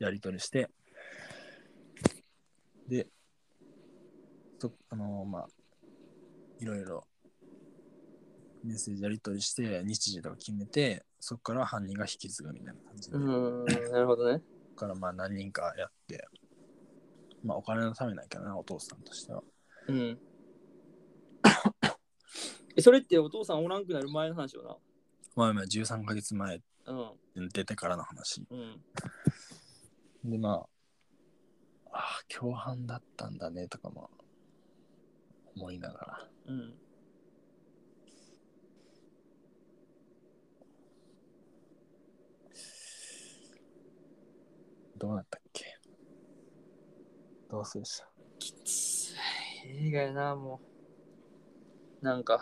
やり取りして、で、そあのまあ、いろいろメッセージやり取りして、日時とか決めて、そこから犯人が引き継ぐみたいな感じで、そこ
うん。なるほどね。
からまあ何人かやって、まあお金のためなんやけどな、お父さんとしては。
うん。えそれってお父さんおらんくなる前の話よ
まあまあ13ヶ月前
な。うん。
出てからの話。
うん。
でまあ、ああ、共犯だったんだねとかも思いながら。
うん。
どうなったっけどうするした
きつい映画やな、もう。なんか。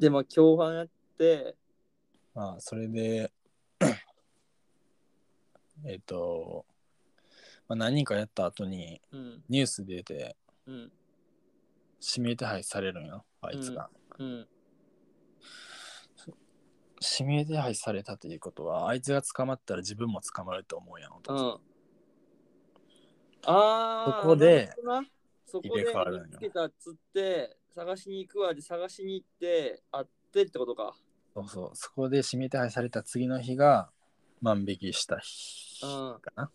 で、まあ、共犯やって、
まあ、それで、 えっと、まあ、何人かやった後に
うん。
ニュース出て
うん。
指名手配されるんよ、あいつが。
うん。
指名手配されたということは、あいつが捕まったら自分も捕まると思うやん、お
う
父さん
ん。ああ。
そこで
なるほどな、そこ
入れ
で
替わるんよ
見つけたっつって、探しに行くわで探しに行って、会ってってことか。
そうそう、そこで指名手配された次の日が万引きした日
うん
かな。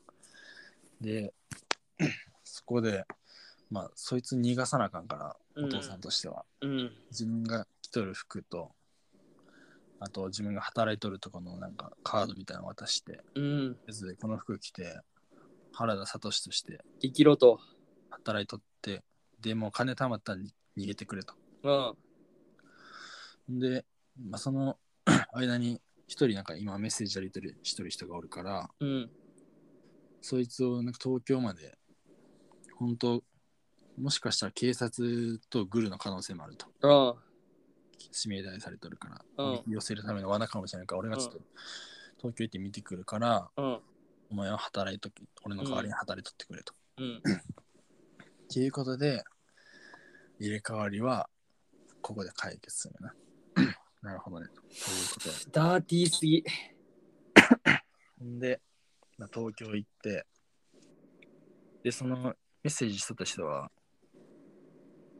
で、 そこで、まあ、そいつ逃がさなあかんから、お父さんとしては。
うん。
自分が着とる服とあと自分が働いとるとこのなんかカードみたいなの渡して
うん。
別でこの服着て原田聡として
生きろと。
働いとってでもう金貯まったら逃げてくれと
うん。
で、まあ、その 間に一人なんか今メッセージやり取りしとる人がおるから
うん。
そいつをなんか東京まで本当もしかしたら警察とグルの可能性もあると
うん。
指名台されとるから、
うん
寄せるための罠かもしれないから俺がちょっと
う
東京行って見てくるから、
うん。
お前は働いとき俺の代わりに働いとってくれと。
うん。
っていうことで入れ替わりはここで解決するな。 なるほどね。ということ
ダーティーすぎ。
でで、まあ、東京行ってでそのメッセージしとった人は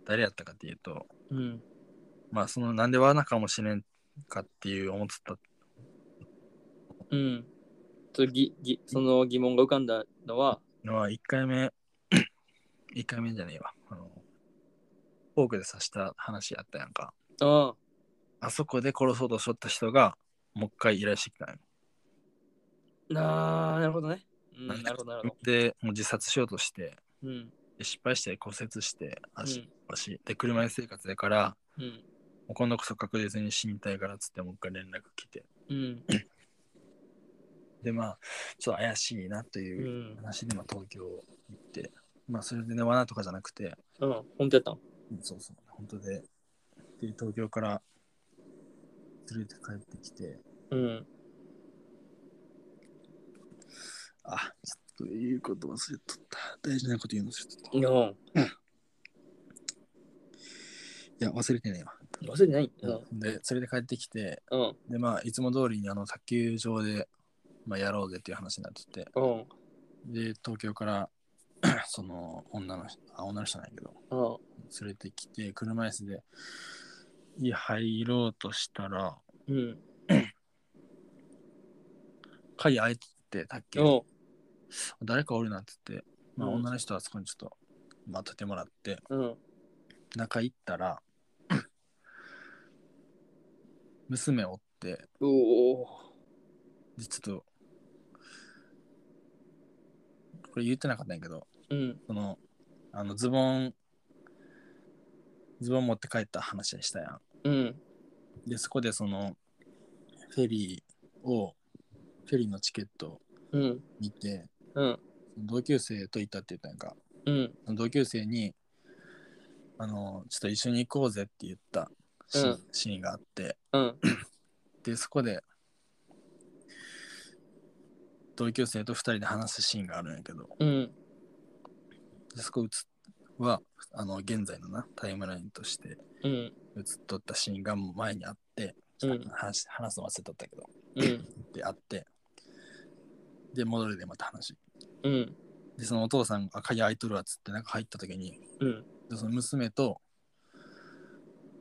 誰やったかっていうと
うん。
まあそのなんで罠かもしれんかっていう思ってた
うん。とぎぎその疑問が浮かんだのは、
のは1回目 1回目じゃねえわあのフォークで刺した話やったやんか
うん。
あそこで殺そうとしとった人がもう一回依頼してきたんよ
なあ、なるほどね。うん、なるほど、なるほ
でもう自殺しようとして
ど。うん。
で失敗して骨折して
う
足
ん。
足で車椅子生活だから
うん。
もう今度こそ確実に死にたいからっつってもう一回連絡来て
うん。
でまあちょっと怪しいなと
う。
いうん話で、まあ、東京行ってまあそれでね罠とかじゃなくて、
うん。本当やったの
うんそうそう、本当で。で、東京から連れて帰ってきて、
うん。
あ、ちょっと言うこと忘れとった。大事なこと言うの忘れとった。い
うん。
や、忘れてねえわ。
忘れてない。うん。
で、連れて帰ってきて、
うん。
で、まあ、いつも通りにあの卓球場で、まあ、やろうぜっていう話になってて、
うん。
で、東京から その女の人、あ、女の人なんやけど、
うん。
連れてきて、車椅子で家入ろうとしたら、
うん。
鍵開いてて、たっけ
お
誰かおるなって言って、まあ、
うん
女の人はそこにちょっと待っててもらって、
うん。
中行ったら、 娘おって、
おお。
でちょっと、これ言ってなかったんやけど、
うん。
その、あの、ズボン、ズボン持って帰った話したやん。
うん。
で、そこでその、フェリーを、フェリーのチケットを
うん。
見て、
うん。
同級生と行ったって言ったんやんか。
うん。
同級生に、あの、ちょっと一緒に行こうぜって言ったシーン,、
うん
シーンがあって、
うん。
で、そこで、同級生と二人で話すシーンがあるんやけど、
うん。
でそこ映っは、あの、現在のな、タイムラインとして
うん。
映っとったシーンがもう前にあって、
うん
話話すの忘れとったけど、
うん。
で、あって、で、戻るでまた話。
うん。
で、そのお父さんが、あ、鍵開いとるわっつって、なんか入った時に、
うん。
でその娘と、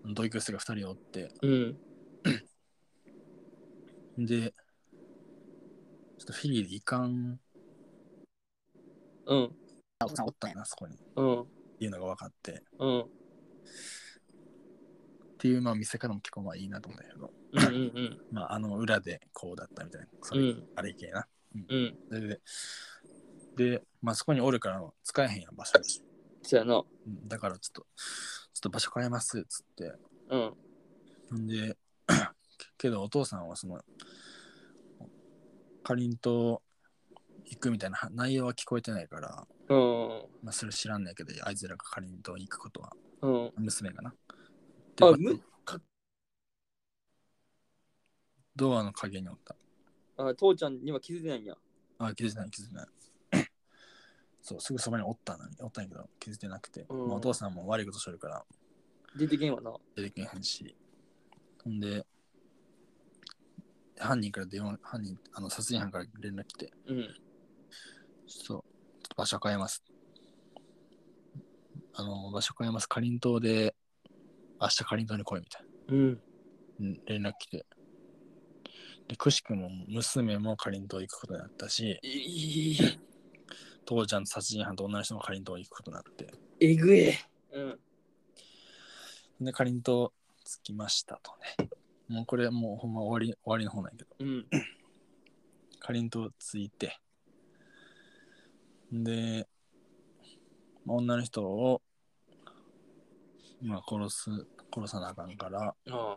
同級生が二人おって、
うん。
で、ちょっとフィリーで行かん、
うん。
お父さんおったんやな、そこに。っ
うん。
ていうのが分かって、っ
うん。
ていう、まあ、見せ方も結構まあいいなと思ったけど、
うん。
まあ、あの裏でこうだったみたいな、そうれ、
ん。
あれ系な。
うん。
それで、で、まあ、そこにおるから使えへんやん、場所。
そやな。
うんだからちょっと、ちょっと場所変えますっつって。
うん。
んで、 けどお父さんはその、かりんと行くみたいなは内容は聞こえてないから、
うん。
まあ、それ知らんねんけど、あいつらがかりんと行くことは、
うん。
娘がな。
あ
で
む
ドアの陰におった。
あ、父ちゃんには気づいてないんや。
あ、気づいてない、気づいて ない。そう、すぐそばにおったのに、おったんやけど、気づいてなくて、
うん
まあお父さんも悪いことしとるから、
出てけんわな。
出てけへんし。ほんで、犯人から電話、犯人、あの殺人犯から連絡来て、
うん。
そう、ちょっと場所変えます。あの、場所変えます。かりんとうで、明日かりんとうに来いみたいな
うん。
うん。連絡来て。で、くしくも娘もかりんとう行くことになったし、
いい。
父ちゃんと殺人犯と女の人もかりんとう行くことになって。
えぐえ。うん。
で、かりんとう着きましたとね。もうこれもうほんま終わり、終わりの方なんやけど。
うん。
かりんとう着いて。で、まあ女の人を、まあ殺す、殺さなあかんから、
あ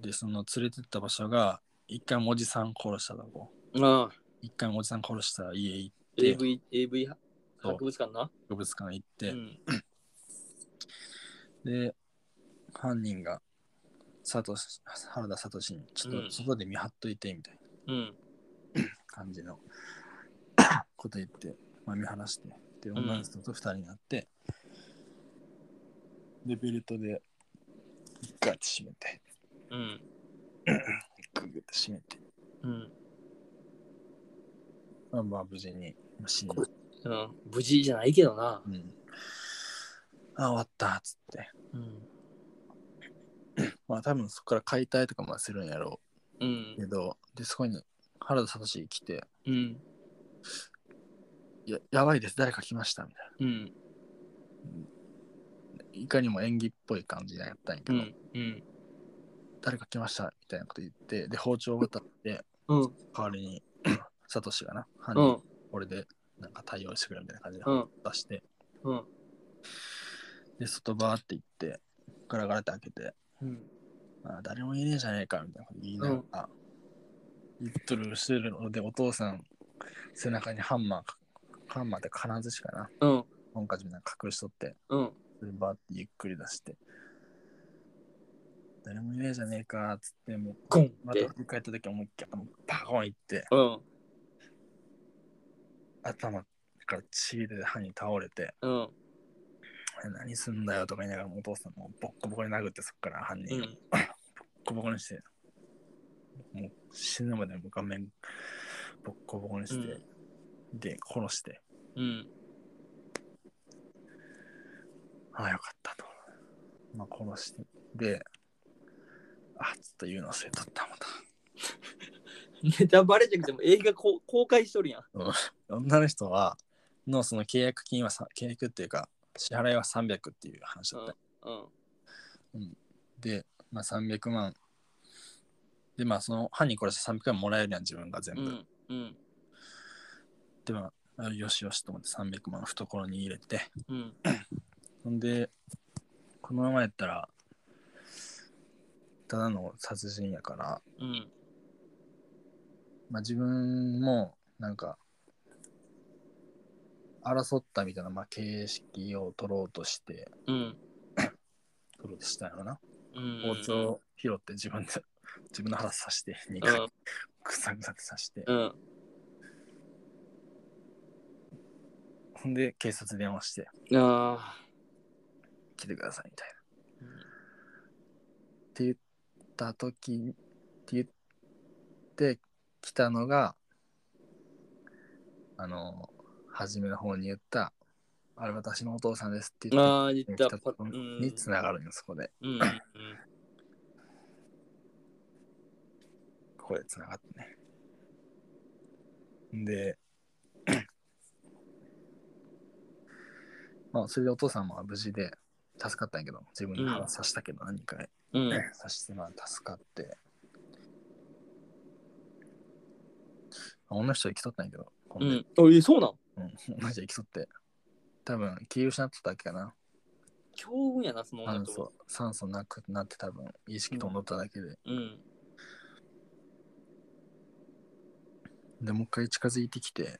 で、その連れてった場所が、一回もおじさん殺したとこ。
あ。ああ。
一回もおじさん殺した家行って、
AV、AV
そう
博物館な。
博物館行っ
う
て、
ん。
で、犯人が、佐藤、原田聡に、ちょっ
う
と
ん
外で見張っといて、みたいな
うん。
感じの こと言って、まあ、見放して、で、女の人と二人になって、で、ベルトで、ガッて締めて、
うん。
ググって締めて、
うん。
まあ、まあ無事にまあ死んだ。
うん。無事じゃないけどな
う。ん。あ、終わった、つって。
うん。
まあ多分そこから解体とかもするんやろ
う
うけ
ん。
ど、で、そこに原田聡来て、
うん。
ややばいです、誰か来ました、みたい
うん。
な。いかにも演技っぽい感じだったんやけ
う
ど、
ん。うん。
誰か来ました、みたいなこと言って、で、包丁を渡って、
うん。
代わりに、 聡がな、犯
う
人、
ん。
俺で、なんか対応してくれみたいな感じで
うん。
出して、
うん。
で、外バーって行って、ガラガラって開けて、
うん。
あ誰もいねえじゃねえか、みたいなこと言いながら、言っとる後ろので、お父さん、背中にハンマーか、ハンマーって金槌かな。
うん。
ハンカチみたいなの隠しとって、
うん。
それバーってゆっくり出して、誰もいねえじゃねえかっつって、もう、
ゴン
ま
ったて
振。り返った時思いっきり頭バコンいって、
うん。
頭から血出て歯に倒れて、
うん。
お前何すんだよとか言いながら、もうお父さんもボッコボコに殴って、そっから犯
う
人をボッ
ん。
コボコにして、もう死ぬまでもう顔面ボッコボコにして、
う
で、殺して、
うん。
ああ、よかったと。まあ、殺して。で、あ、ちょっと言うの忘れとった、また。
ネタバレじゃなくても映画こ公開しとるやん。
女の人は、のその契約金はさ、契約っていうか、支払いは300っていう話だった。
うん。
で、まあ、300万。で、まあ、その犯人殺して300万もらえるやん、自分が全
う
部。
ん。うん。
で、まあ、よしよしと思って300万を懐に入れて。
うん。
ほんで、このままやったら、ただの殺人やから、
うん。
まあ、自分もなんか争ったみたいな、まあ、形式を取ろうとして
うん。
取ろうとしたんやろな
うん。
包丁を拾って自分で自分の腹刺して2
う
回
ん。
ぐさぐさって刺して
うん。
ほんで警察に電話して
あ
来てくださいみたいな
ー
って言った時にって言って来たのがあの初めの方に言った「あれ私のお父さんです」って言って
あー、言った。パうん。
につながるんよそこで。
うん。
ここでつながってね。で、 まあ、それでお父さんも無事で助かったんやけど、自分の腹刺したけど、何回、
うん。うん。
刺して、まあ、助かって。あ女の人生きとったんやけど、こ
う
の
ん。おい、そうなん
うん、女の人生きとって。多分、気を失っとっただけかな。
強運やな、その女
酸
の子。
素、酸素なくなって多分、意識飛んどっただけで。
うん。
で、もう一回近づいてきて、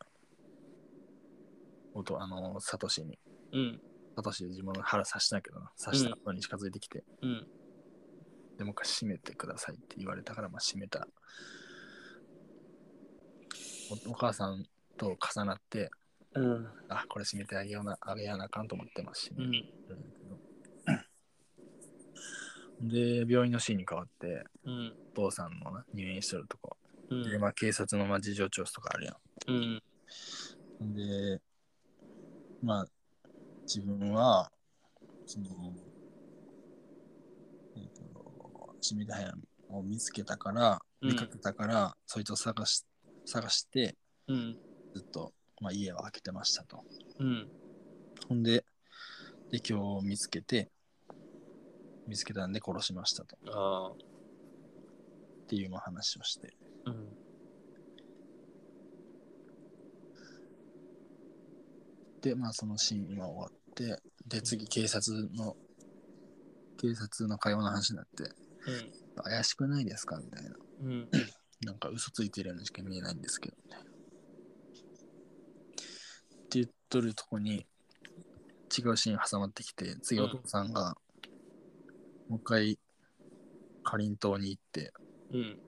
おと、あの、サトシに。
うん。
サトシ自分の腹刺したけどな。刺した後に近づいてきて、
うん。
でもう一回閉めてくださいって言われたから、まあ閉めた。おお母さんと重なって、
うん。
あ、これ閉めてあげような、あげやなあかんと思ってますし、
う
閉め
ん。
るんだけどで、病院のシーンに変わって、
うん。
お父さんのな入院してるとこ。
う
で、
ん。
まあ警察のまあ事情聴取とかあるやん。
うん。
で、まあ、自分は、その、えっ、と、シミダヘンを見つけたから、
うん
見かけたから、そいつを探し、探して、
うん。
ずっと、まあ、家を開けてましたと。
うん。
ほんで、で、今日見つけて、見つけたんで殺しましたと。
あ
っていうまあ話をして。
あ。うん。
で、まあ、そのシーン今終わって、で、次、警察の、警察の会話の話になって、怪しくないですかみたいな。
うん。うん。
なんか嘘ついてるようにしか見えないんですけど、みたいな。って言っとるとこに、違うシーン挟まってきて、次
うん
お父さんが、もう一回、かりんとうに行って、
うん。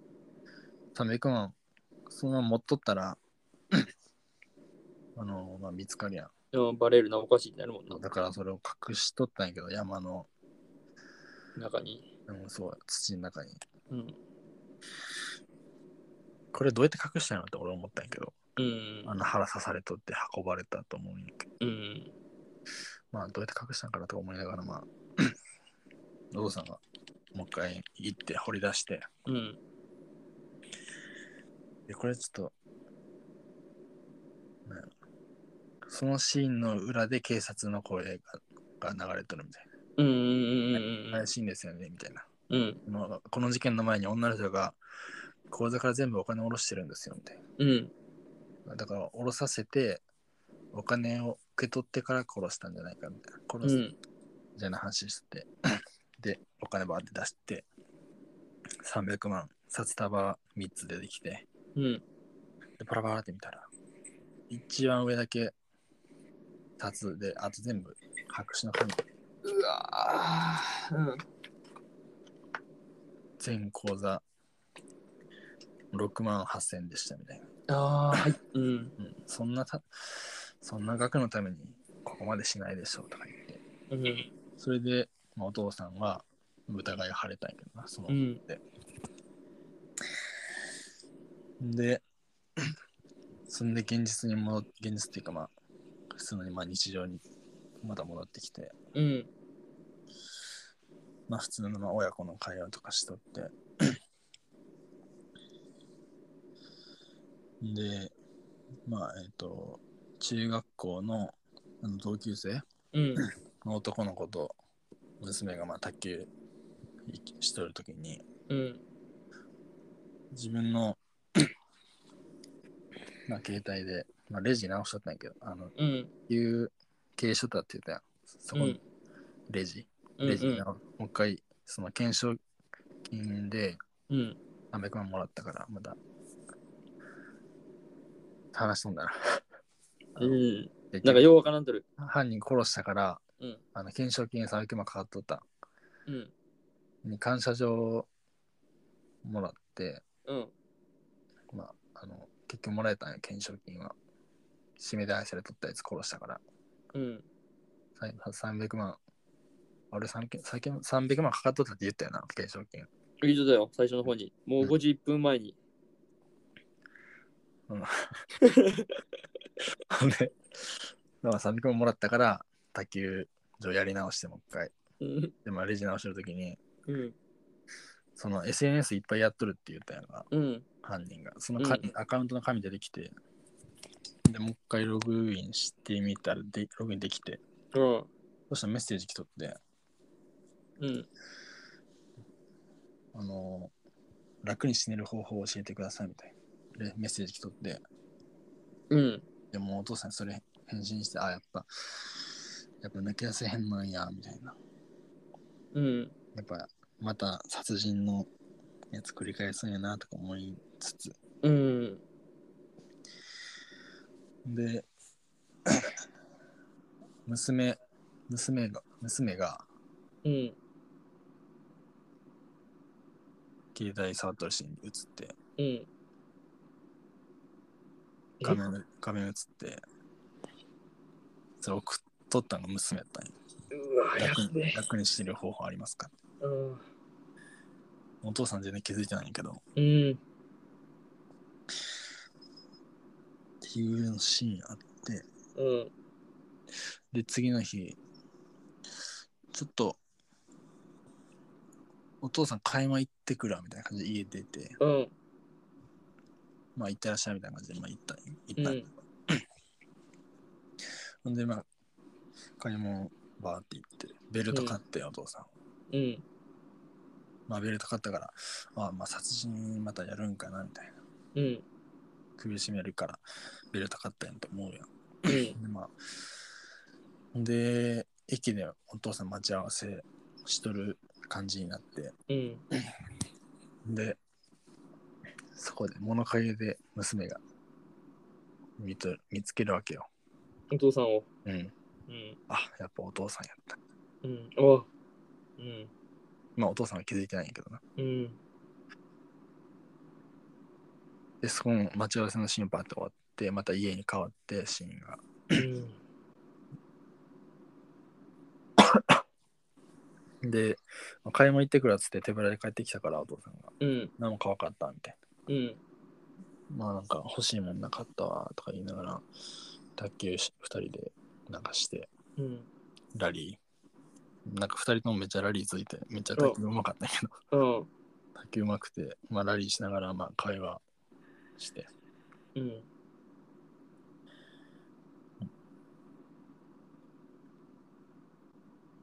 300万、そのまま持っとったら、 あの、まあ、見つかるやん。
でもバレるな、おかしいってなるもんな。
だからそれを隠しとったんやけど、山の、
中に。
うん、そう、土の中に。
うん。
これどうやって隠したんやろって俺思ったんやけど、
うん。
あの腹刺されとって運ばれたと思うんやけど。
うん。
まあどうやって隠したんかなとか思いながらまあ お父さんがもう一回行って掘り出して
うん。
でこれちょっとなんやろそのシーンの裏で警察の声がが流れとるみたい
うん。うん。うん。うん。
な怪しいんですよねみたいな
うん。
このこの事件の前に女の人が口座から全部お金を下ろしてるんですよみたい
うん。
なだから下ろさせてお金を受け取ってから殺したんじゃないかみたいな殺
う
す、
ん。
みたいな話してて、で、お金バーって出して、300万、札束3つ出てきて、
うん。
で、パラパラって見たら、一番上だけ、札で、あと全部、白紙の紙、
うわうん。
全口座、6万8000円でしたみたいな。
ああ、はい。うん。
うん、そんなた、そんな額のために、ここまでしないでしょうとか言って。
うん。
それで、まあ、お父さんは、疑いを晴れたんやけどな、その、
うん。
で、 そんで現実に戻っ現実っていうかまあ、普通のにまあ日常にまた戻ってきて、
うん。
まあ普通のまあ親子の会話とかしとって。 で、まあえっ、と、中学校のあの同級生
うん。
の男の子と娘がまあ卓球しとるときに、
うん。
自分の まあ携帯で、まあ、レジ直しとったんやけど、あの、
うん。
いう経営書だって言ったやん。そこの
うん
レジ。
うん。
レジなもう一回、その懸賞金で
うん。
アメコンもらったから、まだ。話しとんだな。
うん。
で
なんかようわからんとる。
犯人殺したから、
うん。
あの懸賞金300万かかっとった。
うん。
に感謝状をもらって、
うん。
まあ、あの、結局もらえたんや、懸賞金は。締めで愛されとったやつ殺したから。
うん。
さい300万。あれ、300最近300万かかっとったって言ったよな、懸賞金。
いいとだよ、最初の方に。もう
うん
51分前に。
ほんで、まあ、300万もらったから、卓球場やり直して、もう一回。
うん。
で、まあ、レジ直してるときに、
うん。
その SNS いっぱいやっとるって言ったやんか、
うん。
犯人が。そのか、
うん
アカウントの紙出てきて、で、もう一回ログインしてみたらで、ログインできて、
うん。
そしたらメッセージ来とって、
うん。
あの楽に死ねる方法を教えてくださいみたいな。で、メッセージ来とって、
うん。
でもお父さんそれ返信して、あ、やっぱ、やっぱ抜け出せへんなんや、みたいな。
うん。
やっぱ、また殺人のやつ繰り返すんやな、とか思いつつ。
うん。
で、 娘、娘が、娘が
うん。
携帯触っとるシーンに映って、
うん。
画面、画面映って、それ送っとったのが娘やったんや。
うわ、や
楽
べ
に
え。
楽に死ねる方法ありますか
うん。
お父さん全然気づいてないんやけど、っ
うん。
ていうシーンあって、
うん。
で、次の日、ちょっと、お父さん買い物行ってくるわみたいな感じで家出て、
うん。
まあ行ってらっしゃいみたいな感じで、まあ行った、行ったんやけど。ほんで、まあ、買い物バーって行って、ベルト買って、お父さん。
うん。
まあベルト買ったから、ああまあ殺人またやるんかなみたいな。
うん。
首絞めるから、ベルト買ったやんと思うやん。
うん。
で、まあ、ほんで、駅でお父さん待ち合わせしとる感じになって、
うん。
で、そこで物陰で娘が見と見つけるわけよ。
お父さんを。
うん。
うん。
あ、やっぱお父さんやった。
うん。おうん。
まあお父さんは気づいてないんやけどな。
うん。
で、そこの待ち合わせのシーンパーって終わって、また家に変わってシーンが。
うん。
で、まあ買い物行ってくるっつって手ぶらで帰ってきたからお父さんが。
うん。
何も買わんかったみたい
うん。
な。まあなんか欲しいもんなかったわとか言いながら、卓球し2人でなんかして、
うん。
ラリー。なんか2人ともめっちゃラリーついて、めっちゃ卓球うまかったんやけど。
うん。
卓球うまくて、まあ、ラリーしながらまあ会話して
うん。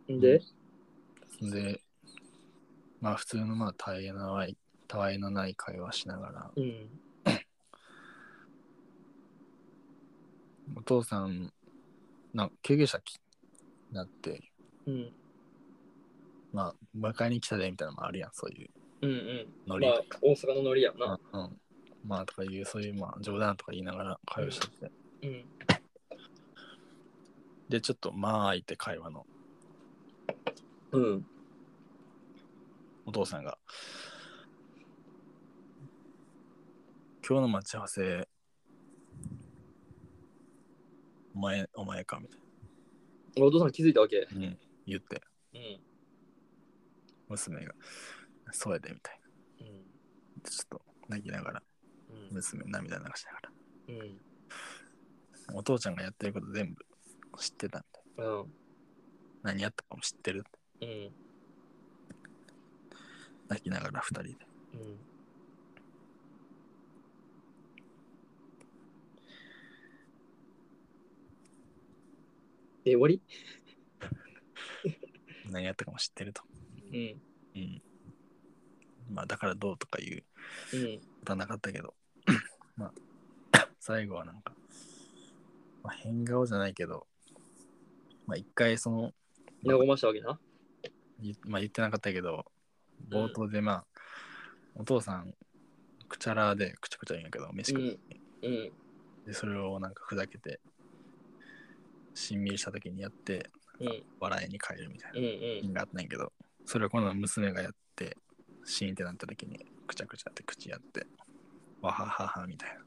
で、
でまあ普通のまあたわいのないたわいのない会話しながら
うん。
お父さんなんか救急車きなって
うん。
まあ迎えに来たでみたいなのもあるやんそういう
うんうん。
ノリ
まあ、大阪のノリやな。
うん、うん、まあとかいうそういうまあ冗談とか言いながら会話しちゃって、
うん。
でちょっとまあ空いて会話の
うん。
お父さんが今日の待ち合わせお前お前かみたい
お父さん気づいたわけ。
な、うん、言って
うん。
娘が「そうやで」みたい
うん。
なちょっと泣きながら娘涙流しなが
うん。うん。
らお父ちゃんがやってること全部知ってたみたいな何やったかも知ってる
うん。
泣きながら二人で。
うん。え、終わり
何やったかも知ってると。
うん。
うん。まあだからどうとかいう
うん。
ことはなかったけど、 まあ、最後はなんか、まあ、変顔じゃないけど、まあ一回その、
みんなごましたわけな。
言まあ、言ってなかったけど冒頭でまあ、お父さんくちゃらでくちゃくちゃ言うんやけど飯
う
食っ
ん。うん。
でそれをなんか砕けてしんみりした時にやって
うん。
笑いに変えるみたいな
うん。う
シー
ん。
ンがあったんやけどそれを今度は娘がやってシーンってなった時にくちゃくちゃって口やってわはははみたいな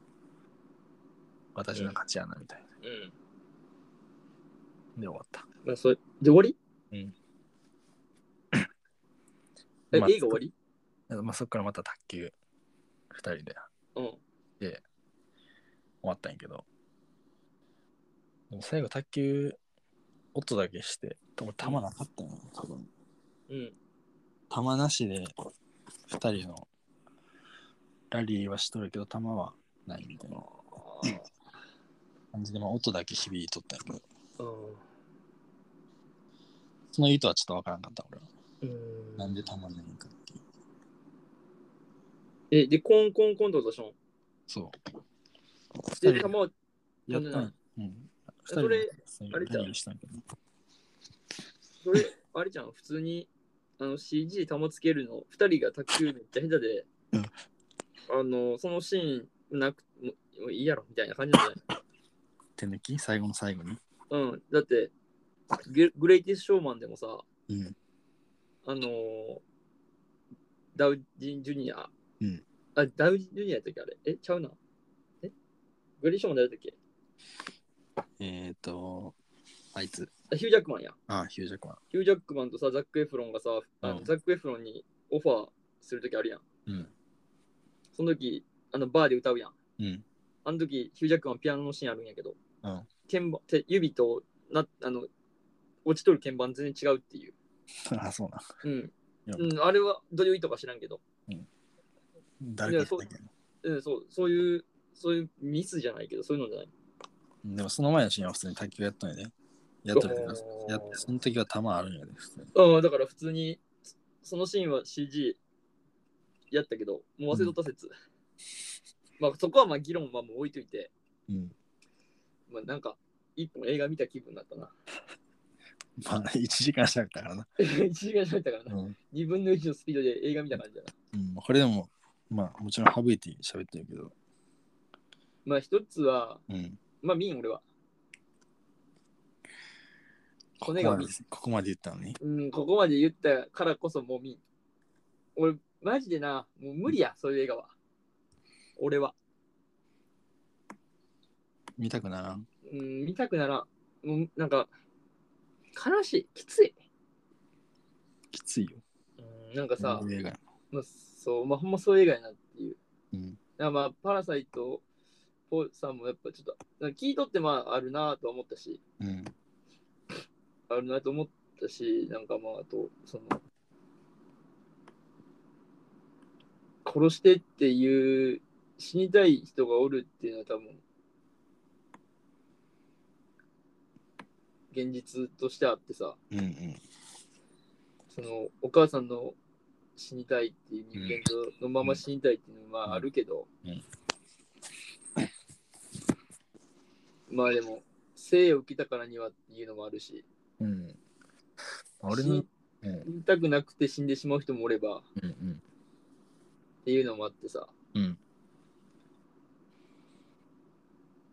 私の勝ちやなみたいな
うん。
で終わった
まあ、それ、で終わり
うん
え、映
ま
画
あ
終わり
まあ、そっからまた卓球2人で
うん。
で終わったんやけどでも最後卓球音だけして多分球なかったんや多分
うん。
球なしで2人のラリーはしとるけど球はないみたいな感じで、まあ、音だけ響いとったんやけど
うん。
その意図はちょっとわからんかった俺は
うん。
なんで球ないんかっていう
え、で、コンコンコンと落としたの
そう
で、
二人
球は
やったんやうん2人で
あれちゃう
ラリーしたんやけど
それ、あれじゃん、普通にあの CG 保つけるの、2人が卓球めっちゃ下手で、
うん
あの、そのシーンなくもういいやろみたいな感じじゃない
手抜き最後の最後に
うん、だってグ、グレイティス・ショーマンでもさ、
うん
あのーダウジン・ジュニア、
うん
あ、ダウジン・ジュニアやったっけあれえ、ちゃうな。えグレイティス・ショーマン誰だったっけ
えっ、ー、とあいつ
あヒュー・ジャックマンや。
ああヒュージャックマン
ヒュー・ジャックマンとさ、ザック・エフロンがさ、あの
うん
ザック・エフロンにオファーするときあるやん。
うん
その時あのバーで歌うやん。
うん
あの時ヒュージャックマンピアノのシーンあるんやけど、
うん
鍵盤手指となあの落ちとる鍵盤全然違うっていう。
あ、そうな。
うん。
う
うん、あれはどういう意図か知らんけど、
誰か言ったけど。
うん、そうそういうそういうミスじゃないけど、そういうのじゃない。
うんでもその前のシーンは普通に卓球やったんやで。やっとるけど
おー
やって、その時は球あるんやで、普通に。
うん、だから普通にそそのシーンは CG やったけど、もう忘れとった説。まあそこはまあ議論はもう置いといて、
うん。
まあなんか一本映画見た気分だったな。
まあ、1時 間喋ったからな。
1時間喋ったから
う
な。
ん。
2分の1のスピードで映画見た感じだな。
うん、これでも、まあ、もちろん省いて喋ってるけど。
まあ一つは、
うん。
まあ見ん俺は。
ここ
骨が
ま
見
でここまで言ったのに。
うん、ここまで言ったからこそもう見ん。俺、マジでな、もう無理や、そういう映画は。俺は。
見たくならん。
うん、見たくならん。もうなんか、悲しい、きつい。
きついよ。
うん、なんかさ、
映画や
まあ、そう、まあ、ほんまそういう映画やなっていう。
うん。
なんかまあ、パラサイトポーさんもやっぱちょっと、なんか聞いとってまあ、あるなとは思ったし、
うん。
あるなと思ったし、なんかまあ、あと、その、殺してっていう、死にたい人がおるっていうのは多分、現実としてあってさ、
うんうん。
その、お母さんの死にたいっていう人間とのまま死にたいっていうのはまああるけど、
うん
まあでも、生を受けたからにはっていうのもあるし、
うん。俺の、うん
死にたくなくて死んでしまう人もおれば、
うんうん。
っていうのもあってさ、
うん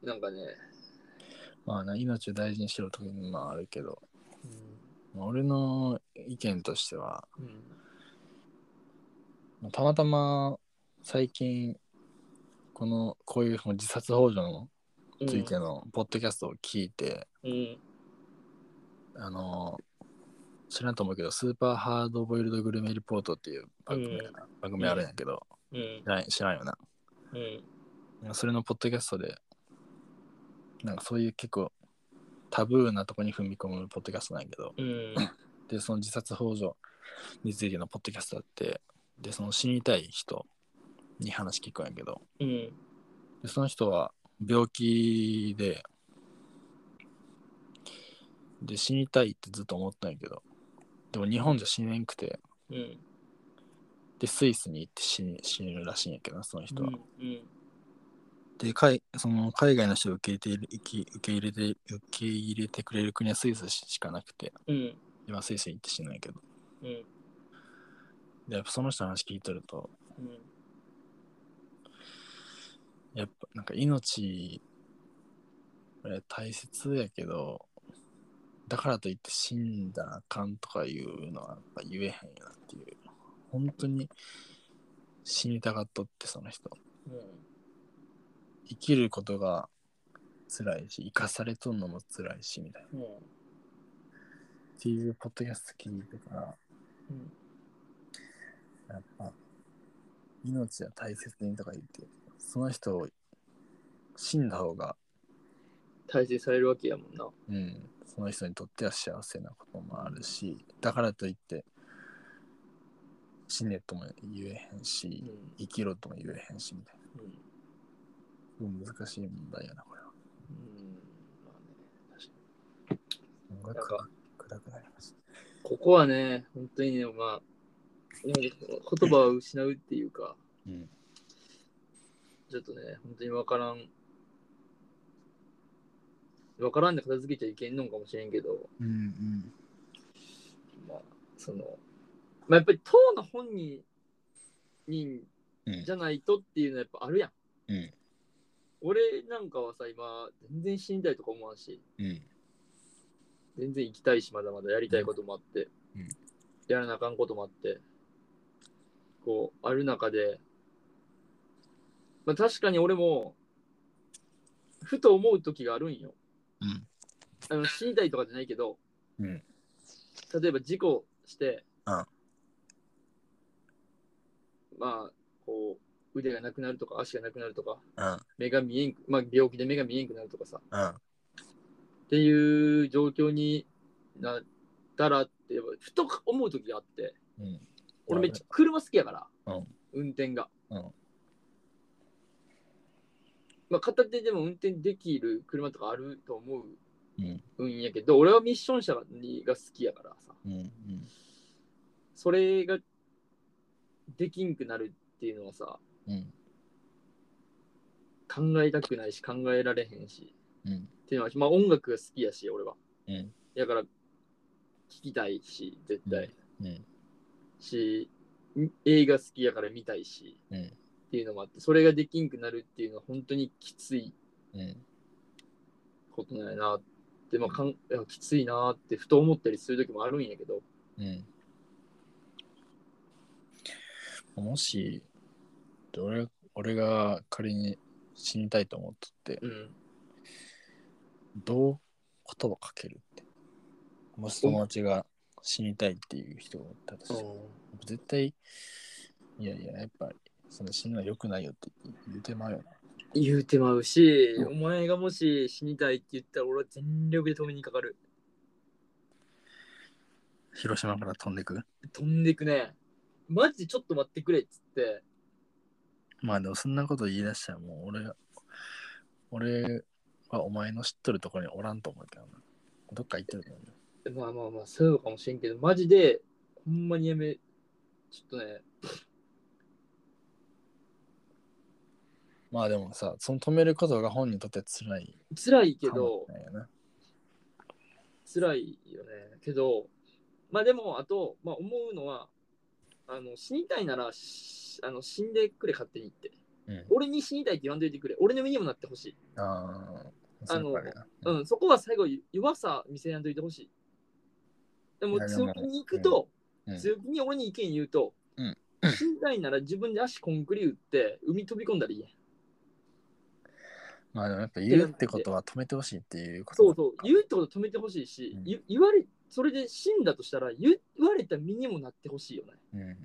なんかね、
まあな、命を大事にしろとかいうのもあるけど、まあ、俺の意見としては、
うん
たまたま最近このこういうその自殺ほ助の
うん
ついてのポッドキャストを聞いて、
うん
あの知らんと思うけど「スーパーハードボイルドグルメリポート」っていう番組,、
うん
番組あるんやけど、
うん
知らん知らんよな
うん
それのポッドキャストでなんかそういう結構タブーなとこに踏み込むポッドキャストなんやけど
うん
でその自殺ほ助についてのポッドキャストだってでその死にたい人に話聞くんやけど
うん。
でその人は病気でで死にたいってずっと思ったんやけどでも日本じゃ死ねんくて
うん。
でスイスに行って死に死ぬらしいんやけどなその人は、
うん。
で海その海外の人を受け入れて受け受け入れて受け入れてくれる国はスイスしかなくて
うん。
今スイスに行って死ぬんやけど
うん。
でやっぱその人の話聞いとると
うん。
やっぱなんか命え大切やけどだからといって死んだらあかんとかいうのはやっぱ言えへんよなっていう本当に死にたがっとってその人生きることが辛いし生かされとんのも辛いしみたいな
うん。
っていうポッドキャスト聞いてから
うん。
やっぱ命は大切にとか言ってその人を死んだ方が
大切にされるわけやもんな。
うん、その人にとっては幸せなこともあるしだからといって死ねとも言えへんし
うん。
生きろとも言えへんしみたいな
うん。うん。
すごい難しい問題やなこれは
まあね。確かに。
音楽が暗くなりまし
ここはね、本当にね、まあ、でも言葉を失うっていうか、
うん
ちょっとね、本当に分からん。分からんで片付けちゃいけんのかもしれんけど、
たうん
まあ、その、まあ、やっぱり当の本人に
うん
じゃないとっていうのはやっぱあるやん。
うん
俺なんかはさ、今、全然死にたいとか思わんし、
うん
全然行きたいし、まだまだやりたいこともあって、
うん
やらなあかんこともあって、こう、ある中で、まあ確かに俺も、ふと思う時があるんよ。
うん
あの死にたいとかじゃないけど、
うん
例えば事故して、
うん
まあ、こう、腕がなくなるとか、足がなくなるとか、
うん
目が見えんく、まあ病気で目が見えんくなるとかさ、
うん
っていう状況になったらってふと思う時があって
うん
俺めっちゃ車好きやから、
うん
運転が、
うん
まあ片手でも運転できる車とかあると思
うん
うんやけど俺はミッション車が好きやからさ
うんうん
それができんくなるっていうのはさ
うん
考えたくないし考えられへんし
うん
っていうのは、まあ、音楽が好きやし、俺は。
うん
だから、聴きたいし、絶対。
うん
し、ん映画好きやから見たいし、
うん
っていうのもあって、それができんくなるっていうのは、本当にきつい
うん
ことなんやなって、まあ、かんいやきついなって、ふと思ったりする時もあるんやけど、
うんもし俺俺が仮に死にたいと思っとって
うん。
どう言葉かけるって。もし友達が死にたいっていう人がおったとして、絶対、いやいや、やっぱり、その死ぬのは良くないよって言うてまうよな。
言うてまうし、
うん
お前がもし死にたいって言ったら、俺は全力で止めにかかる。
広島から飛んでく
飛んでいくね。マジでちょっと待ってくれっつって、
まあでもそんなこと言い出したらもう俺、俺はお前の知っとるところにおらんと思うけどな。どっか行ってると思うよ。
まあまあまあ、そうかもしれんけど、マジで、ほんまにやめ、ちょっとね、
まあでもさ、その止めることが本人にとって辛い
辛いけ
かも
ど
し、れないよな。
辛いよね。けど、まあでも、あと、まあ思うのは、あの死にたいならしあの死んでくれ、勝手にって。
うん。
俺に死にたいって言わんといてくれ。俺の身にもなってほしい。
ああ、それはあれやなうん
うん、そこは最後、弱さ見せやんといてほしい。で
い
も
やでも
強気に行くと、
うん
強気に俺に意見言うと、
うん
死にたいなら自分で足コンクリ打って、海飛び込んだらいいやん。
まあでもやっぱ言うってことは止めてほしいっていうこと
そう
なのか
そう、言うってこと止めてほしいし、
うん
ゆ言われ、それで死んだとしたら、言言われた身にもなってほしいよね。
うんうん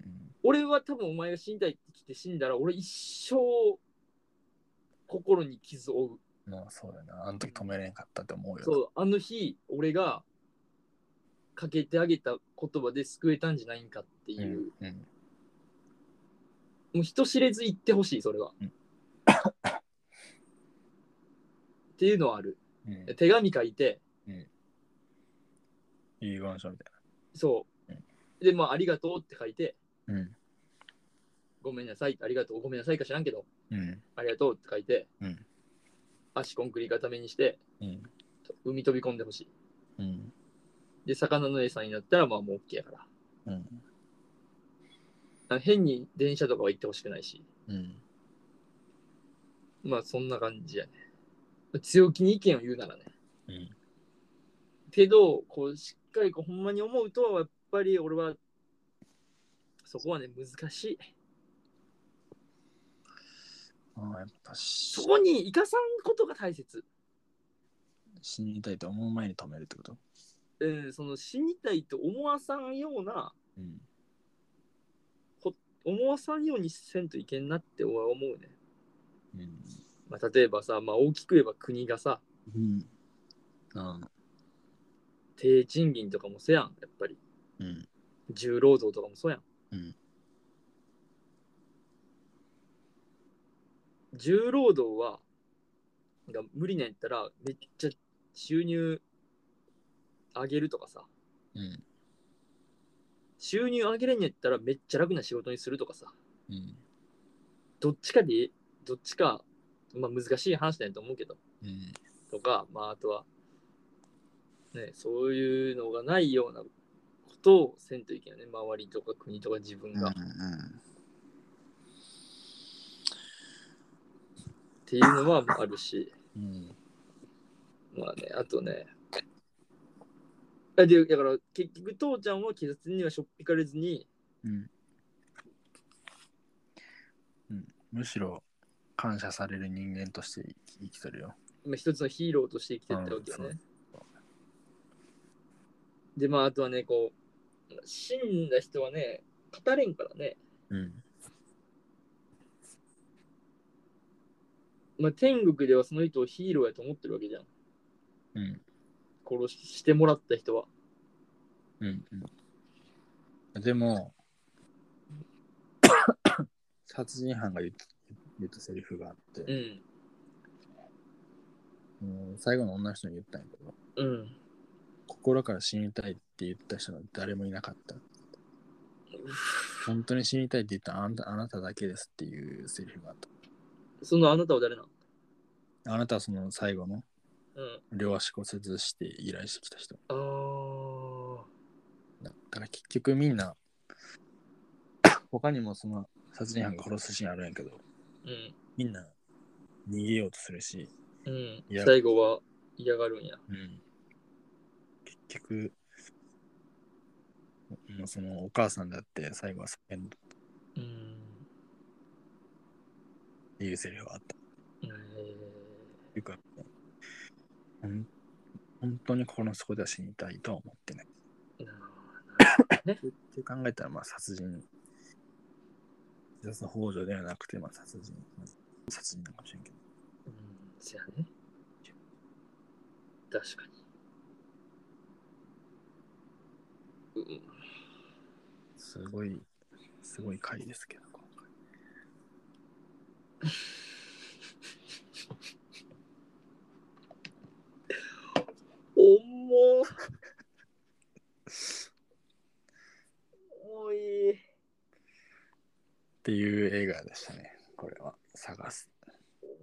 俺は多分お前が死にたいって来て死んだら、俺一生心に傷を負う。
まあそうだな。あの時止めれんかったって思うよ。
そう、あの日、俺がかけてあげた言葉で救えたんじゃないんかって
うん
いう
うん
もう人知れず言ってほしい、それは。
うん
っていうのはある。
うん
手紙書いて、
遺言書みたい
そう
う。
で、まあ、ありがとうって書いて、
な。うん。
ごめんなさい、ありがとう、ごめんなさいか知らんけど、
うん。
ありがとうって書いて、
うん
足コンクリ固めにして、
うん。
海飛び込んでほしい。
うん。
で、魚の餌になったら、まあ、もう OK やから。だか
うん。
ら変に電車とかは行ってほしくないし、
うん。
まあ、そんな感じやね。強気に意見を言うならね。
うん
けど、こう、しっかりこう、ほんまに思うと、やっぱり俺は、そこはね、難しい。
ああ、やっぱし
そこに生かさんことが大切。
死にたいと思う前に止めるってこと
うん、その死にたいと思わさんような、
うん。
思わさんようにせんといけんなって俺は思うね。
うん。
まあ、例えばさ、まあ、大きく言えば国がさ、
うん。ああ、
低賃金とかもせやん、やっぱり。
うん。
重労働とかもそうやん。
うん
重労働はが無理なんやったらめっちゃ収入上げるとかさ
うん。
収入上げれんやったらめっちゃ楽な仕事にするとかさ
うん。
どっちかでどっちか、まあ、難しい話なんやと思うけど
うん。
とか、まあ、あとは、ね、そういうのがないようなことをせんといけないね周りとか国とか自分
うん。
が。
うん
っていうのはあるし、
うん。
まあね、あとね。あでだから結局父ちゃんは警察にはしょっぴかれずに、
うん。うん。むしろ、感謝される人間として生きてるよ。
まあ、一つのヒーローとして生きてったわけよ
う
ね
ん。
でまああとはねこう死んだ人はね語れんからね、
うん。
まあ、天国ではその人をヒーローやと思ってるわけじゃん
うん。
殺ししてもらった人は。
うん。うん。でも、殺人犯が言った言ったセリフがあって、
うん
うん最後の女の人に言ったんやけど、
うん
心から死にたいって言った人は誰もいなかった。本当に死にたいって言ったのはあなたあなただけですっていうセリフがあっ
そのあなたは誰なの
た。あなたはその最後の
うん
両足骨折して依頼してきた人。
あー
だから結局みんな、他にもその殺人犯が殺すシーンあるんやけど、
うん
みんな逃げようとするし、
うん
いや
最後は嫌がるんや。
うん、結局、もうそのお母さんだって最後は叫んだ
うん。
っていうセリフがあった。
えー
いうか、ほん本当に心の底では死にたいとは思ってない。
な
って考えたら、まあ、殺人。自殺ほ助ではなくて、まあ、殺人。殺人なのかもしれんけど。
うん、そやね。確かに。うん、
すごい、すごい回ですけど、今回。
おもおい。
っていう映画でしたね。これは、探す。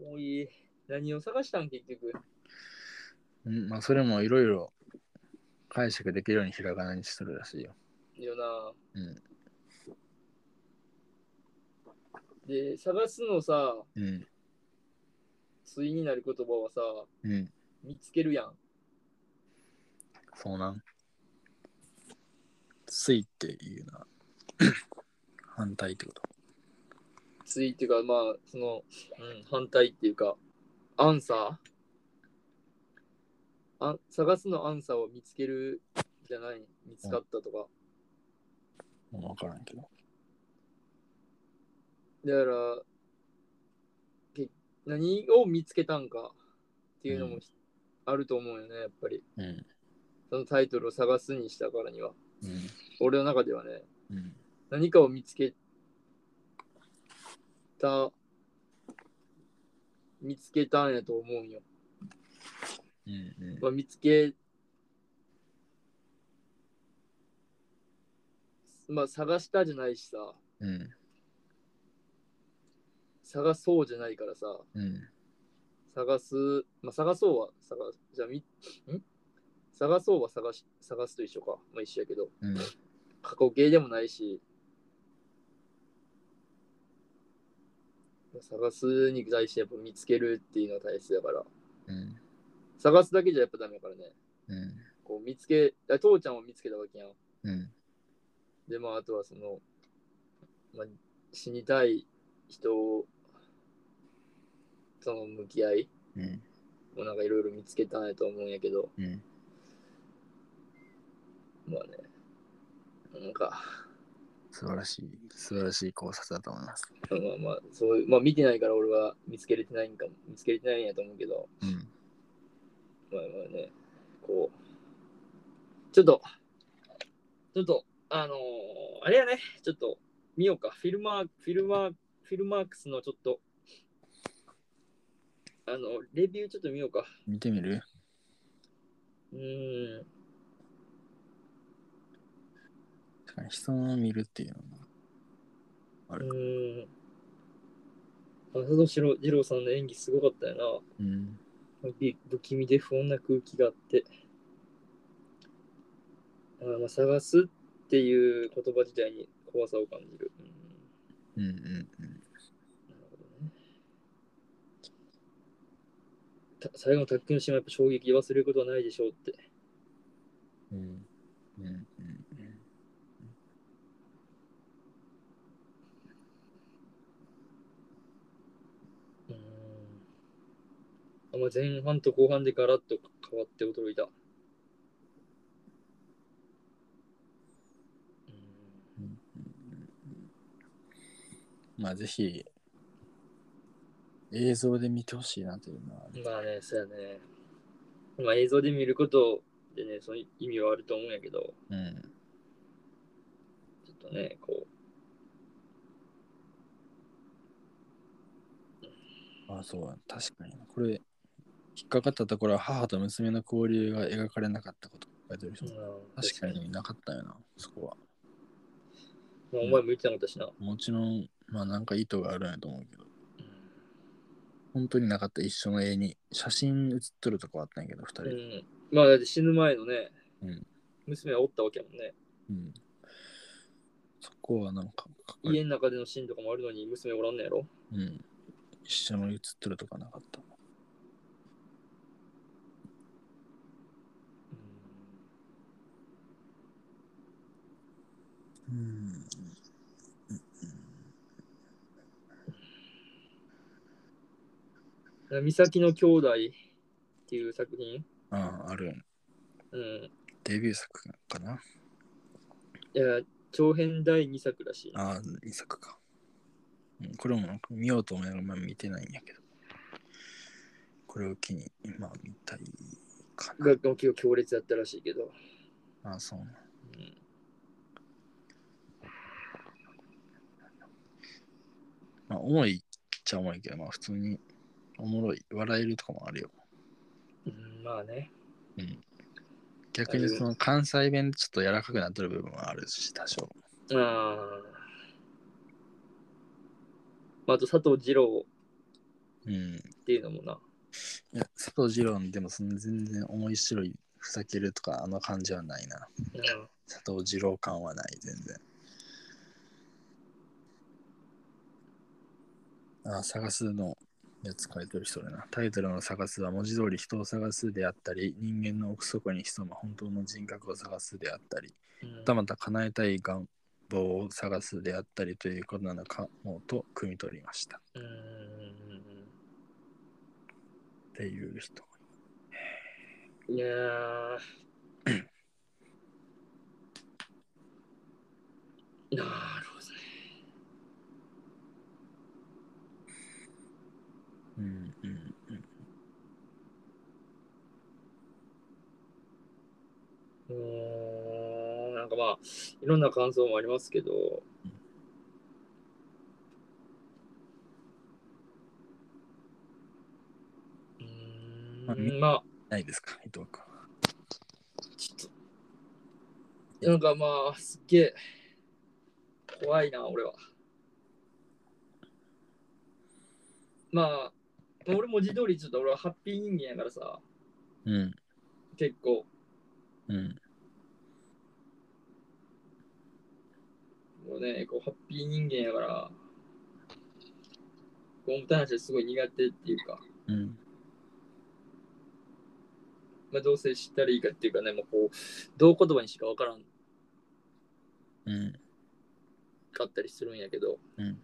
おい。何を探したん結局。
うん、まあ、それもいろいろ解釈できるようにひらがなにするらしいよ。
よな。
うん。
で、探すのさ、
うん。
対になる言葉はさ、
うん。
見つけるやん。
そうなん。ついっていうの は、反対ってこと。
ついっていうかまあその、うん、反対っていうかアンサーあ探すのアンサーを見つけるじゃない見つかったとか、
もう分からんけど。
だからけ何を見つけたんかっていうのも
う
あると思うよねやっぱり
うん。
そのタイトルを探すにしたからには
うん。
俺の中ではね
うん。
何かを見つけた、見つけたんやと思うんよ。
うんうん
まあ、見つけ、まあ探したじゃないしさ、
うん
探そうじゃないからさ、
うん
探す、まあ探そうは探す、じゃあみ、ん探そうは探し、探すと一緒か。まあ一緒やけど、
うん
過去形でもないし、まあ探すに対してやっぱ見つけるっていうのは大切だから、
うん
探すだけじゃやっぱダメだからね。
うん
こう見つけ、あ父ちゃんを見つけたわけやん。
うん
で、まあ、あとはその、まあ、死にたい人との向き合い
うん
もなんかいろいろ見つけたんやと思うんやけど、
うん
まあね、なんか、
素晴らしい素晴らしい考察だと思います
まあまあ、そういう、まあ見てないから俺は見つけれてないんかも、見つけれてないんやと思うけど、
うん
まあまあね、こう、ちょっと、ちょっと、あのーあれやね、ちょっと見ようか、フィルマー、フィルマー、フィルマークスのちょっと、あの、レビューちょっと見ようか。
見てみる
うーん、
確かに人の見るっていうのが
うーん。あの、佐藤二郎二郎さんの演技すごかったよ
うん
な。び不気味で不穏な空気があって。あーまあ、探すっていう言葉自体に怖さを感じる。うん
うんうんうん
なるほどね。た最後の卓球のシーンはやっぱ衝撃忘れることはないでしょうって。
うんうんうん
うーんあまあ、前半と後半でガラッと変わって驚いた。うーん
まあぜひ映像で見てほしいなというのはある
まあね、そうやね。まあ映像で見ることでね、その意味はあると思うんやけど、
うん
ちょっとね、こ
あそう確かにこれ引っかかったところは母と娘の交流が描かれなかったこと書いてあるでし
う、
ょ
うん
確か。になかったよなそこは
まあ、お前向いてなかったしな。
もちろんまあなんか意図があるんやと思うけど本当になかった一緒の絵に写真写っとるとこあったんやけど2人
う
で
ん、まあだって死ぬ前のね、
うん
娘はおったわけやもんね。
うんそこはなんかかっこいい
家の中でのシーンとかもあるのに娘おらんねやろ。
うん、一緒の写ってるとかなかった。うん。
うん、美咲の兄弟っていう作品、
ああ、ある。
うん、
デビュー作かない
や長編第2作らしいな。
ああ、2作か。うん、これもなんか見ようと思いながら、まあ、見てないんやけど。これを機に、今見たいかな。
学校結構強烈だったらしいけど。
ああ、そうな。
うん
まあ、重いっちゃ重いけど、まあ、普通におもろい。笑えるとかもあるよ。
うん、まあね。
逆にその関西弁でちょっと柔らかくなってる部分はあるし、多少。
あーまあ、あと佐藤二郎
うん。
っていうのもな。
いや、佐藤二郎のでもその全然面白い、ふざけるとか、あの感じはないな。
うん
佐藤二郎感はない、全然。ああ、探すのやつ書いてる人だな。タイトルの探すは文字通り人を探すであったり、人間の奥底に潜む本当の人格を探すであったり、
うん
またまた叶えたい願望を探すであったりということなのかもと汲み取りました。
うんうん
っていう人。
いやー なるほどね。
うんうんうん。
うーん、なんかまあ、いろんな感想もありますけど、うんまあ、
ないですか、伊藤君。
ちょっと、なんかまあ、すっげえ、怖いな、俺は。まあ、俺文字通りちょっと俺はハッピー人間やからさ、
うん。
結構、
うん。
もうね、こうハッピー人間やから、こう重たい話はすごい苦手っていうか、
うん。
まあ、どうせ知ったらいいかっていうかね、もうこう、どう言葉にしかわからん
うん。
かったりするんやけど、
うん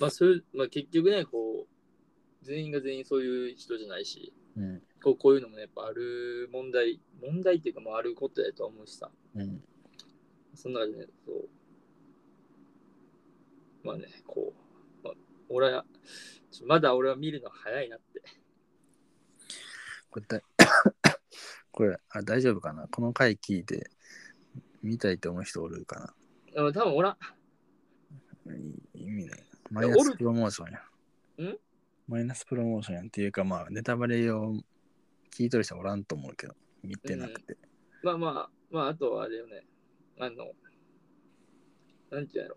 まあそういう、まあ、結局ねこう全員が全員そういう人じゃないし
うん。
こうこういうのもやっぱある問題問題っていうかまああることやとは思うしさ
うん。
その中でねそうまあねこう、まあ、俺はちょまだ俺は見るの早いなって
これだい これあ、大丈夫かなこの回聞いて、見たいと思う人おるか
でも多分俺は
なうん意味ない。マイナ
お
ス
る
プロモーションや。
ん
マイナスプロモーションやんっていうか、まあ、ネタバレを聞いとる人おらんと思うけど、見てなくて。
まあまあまああとはあれよねあのなんていうんや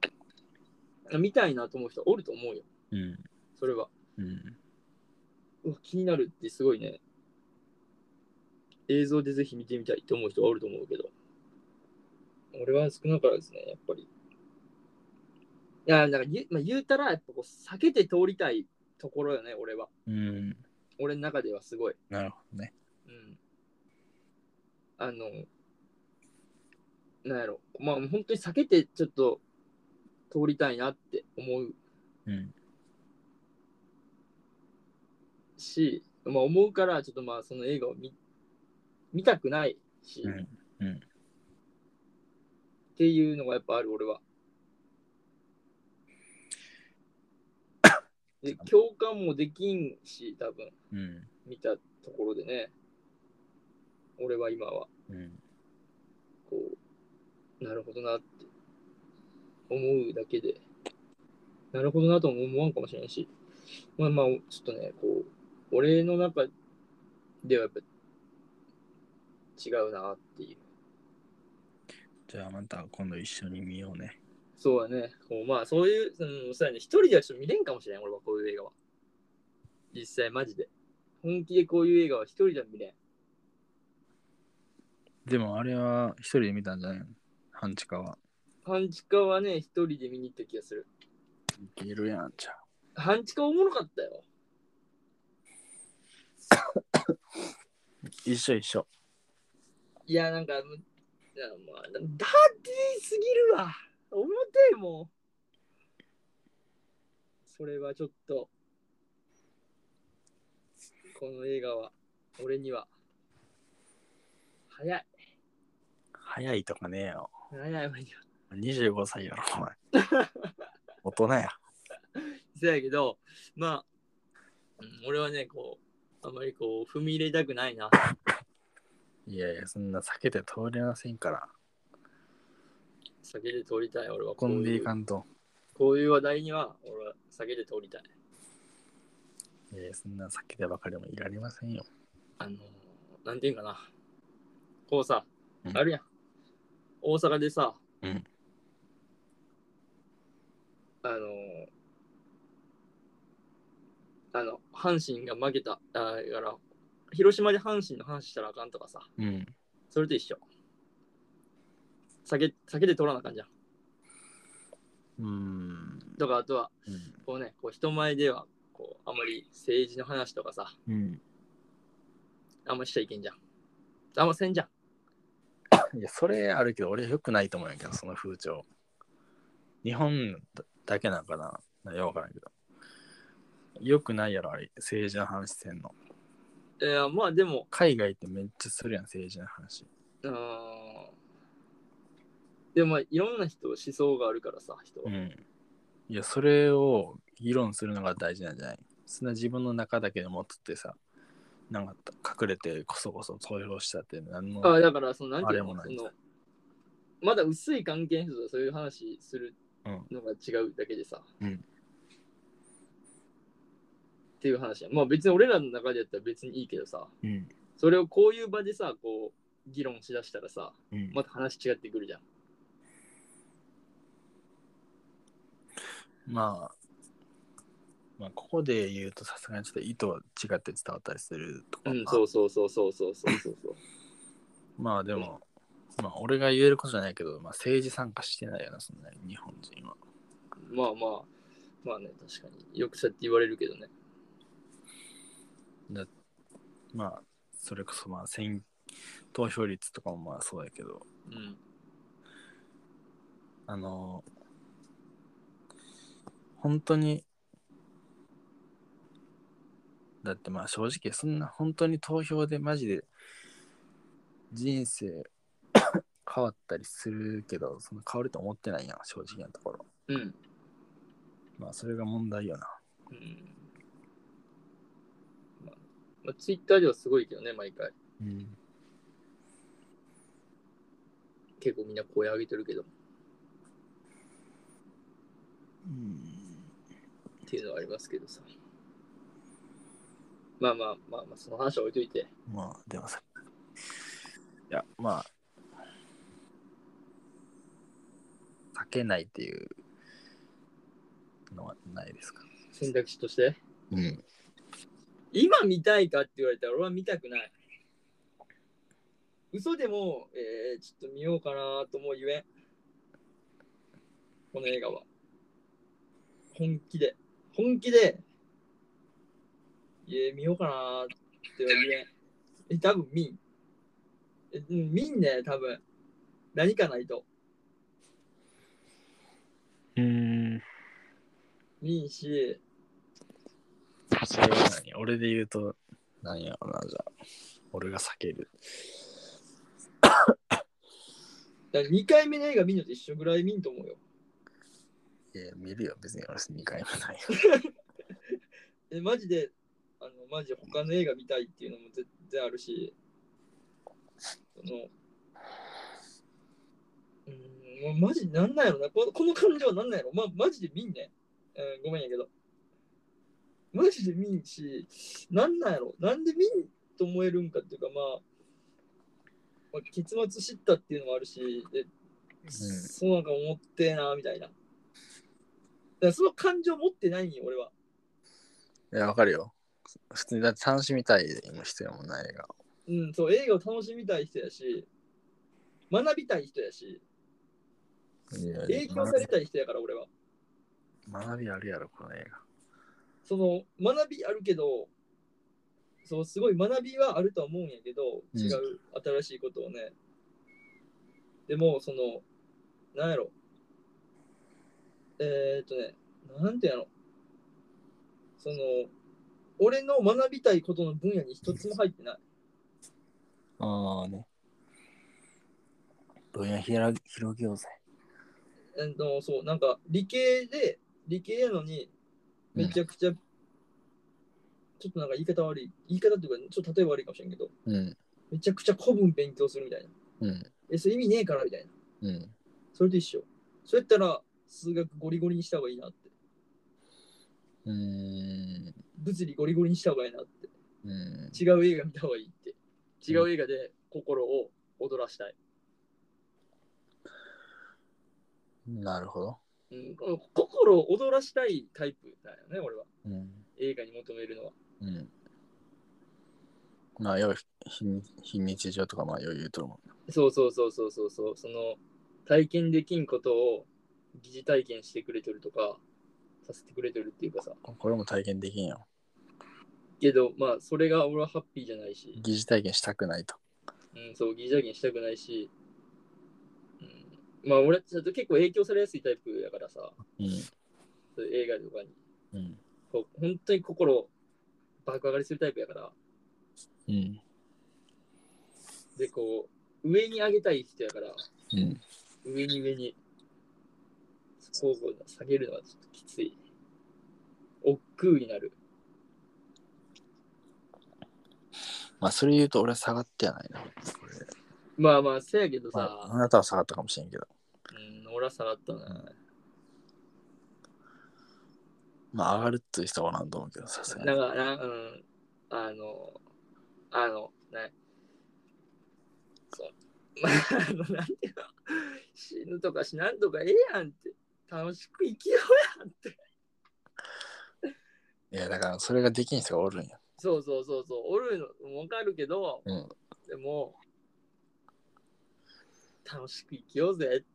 ろ見たいなと思う人おると思うよ
うん。
それは
うん。
うわ気になるってすごいね映像でぜひ見てみたいって思う人がおると思うけど俺は少なからずねやっぱりいやなんか言,、まあ、言うたらやっぱこう避けて通りたいところよね俺は
うん。
俺の中ではすごい
なるほどね。
うんあのなんやろまあ本当に避けてちょっと通りたいなって思う
うん。
し、まあ、思うからちょっとまあその映画を見見たくないし、
うんうん
っていうのがやっぱある俺は。で共感もできんし多分
うん。
見たところでね俺は今は
うん。
こうなるほどなって思うだけでなるほどなとも思わんかもしれんしまあまあちょっとねこう俺の中ではやっぱ違うなっていう
じゃあまた今度一緒に見ようね。
そうだねこうまあそういうそのそうやね一人ではちょっと見れんかもしれん俺はこういう映画は実際マジで本気でこういう映画は一人では見れん
でもあれは一人で見たんじゃないの半地下は。
半地下はね一人で見に行った気がする
いけるやんちゃう。
半地下おもろかったよ
一緒一緒。
いや、なんか、むいやまあ、ダーティーすぎるわ。重てえもん。それはちょっと、この映画は、俺には、早い。
早いとかねえよ。
早い、俺には。
25歳やろ、 お前。大人や。
せやけど、まあ、うん俺はね、こう、あまりこう、踏み入れたくないな。
いやいや、そんな避けて通れませんから。
避けて通りたい、俺はこう
混んで
い。
いうかんと。
こういう話題には、俺は避けて通りたい。
いやいや、そんな避けてばかりもいられませんよ。
あのー、なんていうんかな。こうさ、
うん
あるやん。大阪でさ、
うん
あのー、あの、阪神が負けた、あーだから、広島で阪神の話したらあかんとかさ、
うん。
それと一緒。酒、酒で取らなあかんじゃん。
うーん。
とか、あとは、
うん
こうね、こう人前では、こう、あんまり政治の話とかさ、
うん。
あんましちゃいけんじゃん。あんませんじゃん。
いや、それあるけど、俺よくないと思うんやけど、その風潮。日本だけなんかな。よくわからんけど。よくないやろ、あれ。政治の話せんの。
いや、まあでも、
海外ってめっちゃするやん、政治の話。
あーでもまあいろんな人思想があるからさ人は、
ん。いや、それを議論するのが大事なんじゃないそんな自分の中だけで持ってってさ、なんか隠れてこそこそ投票したって何の。
あだからそのなんていうの
あれもな
そ
い
のまだ薄い関係の人とそういう話するのが違うだけでさ、
うん
っていう話や。まあ別に俺らの中でやったら別にいいけどさ、
うん。
それをこういう場でさ、こう、議論しだしたらさ、
うん。
また話違ってくるじゃん。
まあ、まあ、ここで言うとさすがにちょっと意図は違って伝わったりするとか、
うん、そうそうそうそうそうそうそうそう。
まあでも、まあ俺が言えることじゃないけど、まあ政治参加してないよな、そんなに日本人は。
まあまあ、まあね、確かに。よくそうやって言われるけどね。
だまあ、それこそまあ選投票率とかもまあそうやけど、
うん。
あの、本当に、だってまあ正直そんな本当に投票でマジで人生 変わったりするけど、その変わると思ってないやん、正直なところ。
うん。
まあそれが問題よな。
うん。まあ、まあ、ツイッターではすごいけどね、毎回。
うん。
結構みんな声上げてるけど、っていうのはありますけどさ。まあまあまあまあ、その話は置いといて。
まあでもさ、いや、まあ、避けないっていうのはないですか。
選択肢として。
うん。
今見たいかって言われたら俺は見たくない。嘘でも、えー、ちょっと見ようかなとも言えん。この映画は。本気で。本気で、いえ、見ようかなっては言えん。え、多分見ん。え、うん見んね、多分。何かないと。
うん。
見んし、
それは何俺で言うと、何やろな、じゃあ。俺が避ける。
だから2回目の映画見んのと一緒ぐらい見んと思うよ。
いや、見るよ、別に俺2回もないよ。
えマジであのマジで他の映画見たいっていうのも絶対あるしそのうーんもうマジなんなんやろなこのこの感情はなんなんやろ、ま、マジで見んね、うん、ごめんやけどマジで見んしなんなんやろなんで見んと思えるんかっていうかまあ、まあ、結末知ったっていうのもあるしで、そうなんか思ってえなみたいなだからその感情持ってないんよ俺はい
や、わかるよ。普通に、だって楽しみたい今必要もない映画。
うん、そう、映画を楽しみたい人やし、学びたい人やし、
いや
影響されたい人やから、俺は。
学びあるやろ、この映
その、学びあるけど、そう、すごい学びはあるとは思うんやけど、
うん
違う、新しいことをね。でも、その、なんやろ。えー、っとね、なんてやろ。その、俺の学びたいことの分野に一つも入ってない。
画。ああね。分野広げ広げようぜ。
えっと、そう、なんか理系で、理系やのに、めちゃくちゃ、ちょっとなんか言い方悪い、言い方っていうか、ちょっと例え悪いかもしれんけど、
うん。
めちゃくちゃ古文勉強するみたいな。
うん。
え、それ意味ねえからみたいな。
うん。
それと一緒。そうやったら、数学ゴリゴリにした方がいいなって。
うーん。
物理ゴリゴリにした方がいいなって。
うん。
違う映画見た方がいいって。違う映画で心を踊らしたい。
なるほど。
うん、この心を踊らしたいタイプだよね、俺は。
うん。
映画に求めるのは。
うん。まあ、要は非日非日常とかまあ余裕とるもんな。
そうそうそうそうそうそうその体験できんことを疑似体験してくれてるとかさせてくれてるっていうかさ
これも体験できんよ。
けどまあそれが俺はハッピーじゃないし、
疑似体験したくないと。
うん、そう疑似体験したくないし、うん、まあ俺ちょっと結構影響されやすいタイプやからさ
うん。
そういう映画とかに
うん。
こう本当に心を爆上がりするタイプやから
うん。
でこう上に上げたい人やから
うん。
上に上に、そこをこう下げるのはちょっときつい。億劫になる。
まあ、それ言うと俺は下がってはないな。これ
まあまあ、せやけど
ま
さ
あ、あ、なたは下がったかもしれんけど。
うん、俺は下がったな。
まあ上がるっていう人はおらんと思うけどさすがに
だから、うん、あの、あの、ね、そう、まあ、あの、なんていう の、死ぬとか死なんとかええやんって、楽しく生きようやんって。
いやだからそれができん人がおるんや
そうそうそうそう、おるのわかるけど、
うん
でも、楽しく生きようぜ。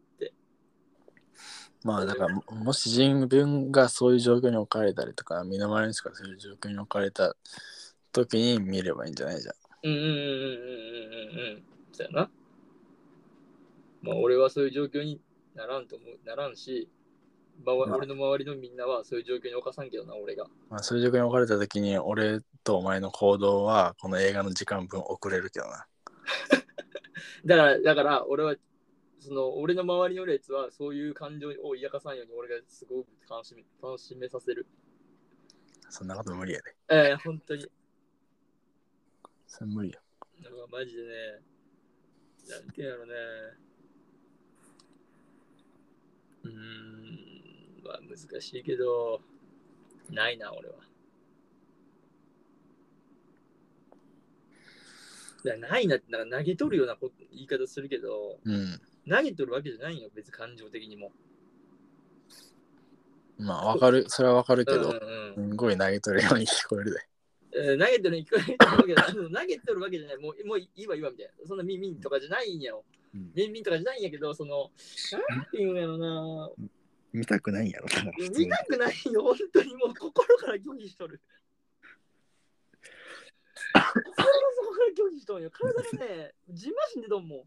まあだからももし自分がそういう状況に置かれたりとか身の回りの人がそういう状況に置かれた時に見ればいいんじゃないじゃん
うんうんうんうんうんうんうんうん。そうやな。まあ、俺はそういう状況にならんと思う、ならんし、まあ、
まあ
俺の周りのみんなはそういう状況に侵さんけどな、俺が。
まあ、そういう状況に置かれた時に俺とお前の行動はこの映画の時間分遅れるけどな。
だから、だから俺は、その俺の周りの列はそういう感情を嫌かさんように俺がすごく楽しめ楽しめさせる。
そんなこと無理やで。
ええ本当に。
それ無理よ。
なんかマジでね、なんてやろね。うーん、まあ難しいけど、ないな、俺は。いやないなって、なんか投げ取るようなこと言い方するけど、
うん。
投げ取るわけじゃないよ、別に感情的にも。
まあわかる、それはわかるけ
うん
ど、
うん
すんごい投げ取るように聞こえるで。
えー投げてるに聞こえるけど、あの投げてるわけじゃない、もうもういいわいいわみたいな、そんなミンミンとかじゃないんやよ。
うん
ミンミンとかじゃないんやけど、その、なんていうんやろな、
見たくないんやろ、だから普通
見
に
たくないよ、本当にもう心から拒否しとる。心の底から拒否しとんよ。体がね、じんましんでどんも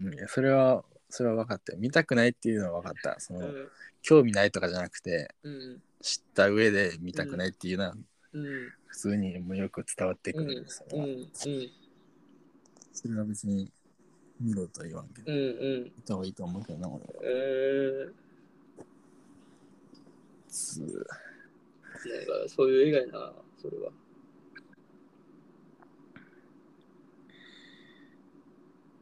うんいやそれは、それは分かったよ。見たくないっていうのは分かった。そ
ん。う
の、
ん。
興味ないとかじゃなくて、
うん。
知った上で見たくないっていうのは、
うん。
普通にもうよく伝わってくるんです
うん。う
よ、
ん。
それは別に見ろとは言わんけど、
うん。うん。
見た方がいいと思うけどな、俺は。
えー、
つ
なんかそういう映画やな、それは。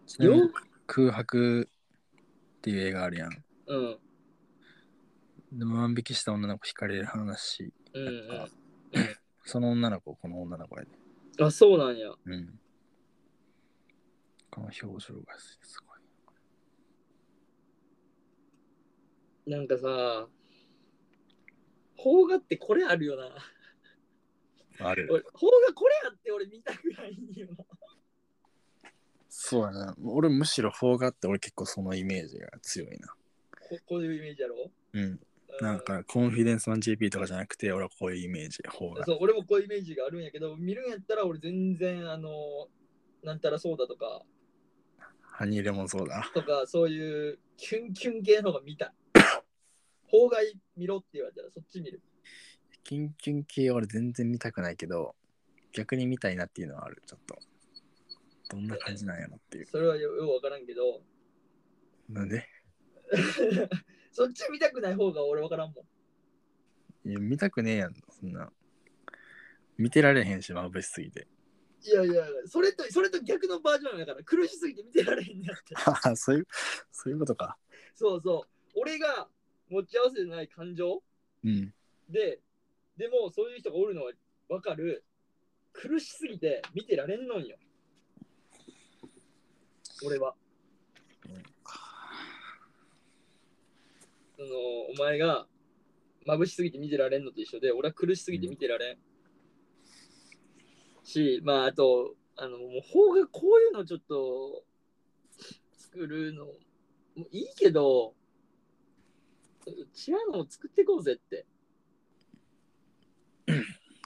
ちなみ
よ
に空白っていう映画あるやん。
うん。
で万引きした女の子惹かれる話
う
や
ん、
っ
う
た、
ん。
その女の子この女の子やで、
あ、そうなんや。
うん、この表情がすごい
なんかさ、邦画ってこれあるよな。
ある
俺邦画これあって俺見たくないんよな。
そうやな俺むしろ邦画って俺結構そのイメージが強いな
ここういうイメージやろ
うん
う
なんかコンフィデンスマン JP とかじゃなくて俺はこういうイメージ邦画
そう俺もこういうイメージがあるんやけど見るんやったら俺全然あのなんたらそうだとか
ハニーレモンソーダ
とかそういうキュンキュン系の方が見 たい法外見ろって言われたらそっち見る
キンキュン系俺全然見たくないけど逆に見たいなっていうのはあるちょっとどんな感じなんやろっていう
それはよようわからんけど
なんで
そっち見たくない方が俺わからんもん
いや見たくねえやんそんな見てられへんし眩しすぎて
いやいやそれとそれと逆のバージョンやから苦しすぎて見てられへんねやって
ああ そういうそういうことか
そうそう俺が持ち合わせてない感情
うん
ででもそういう人がおるのはわかる苦しすぎて見てられんのんよ俺はそのお前が眩しすぎて見てられんのと一緒で俺は苦しすぎて見てられん、しまああとあのもう法がこういうのちょっと作るのもいいけど違うのも作っていこうぜって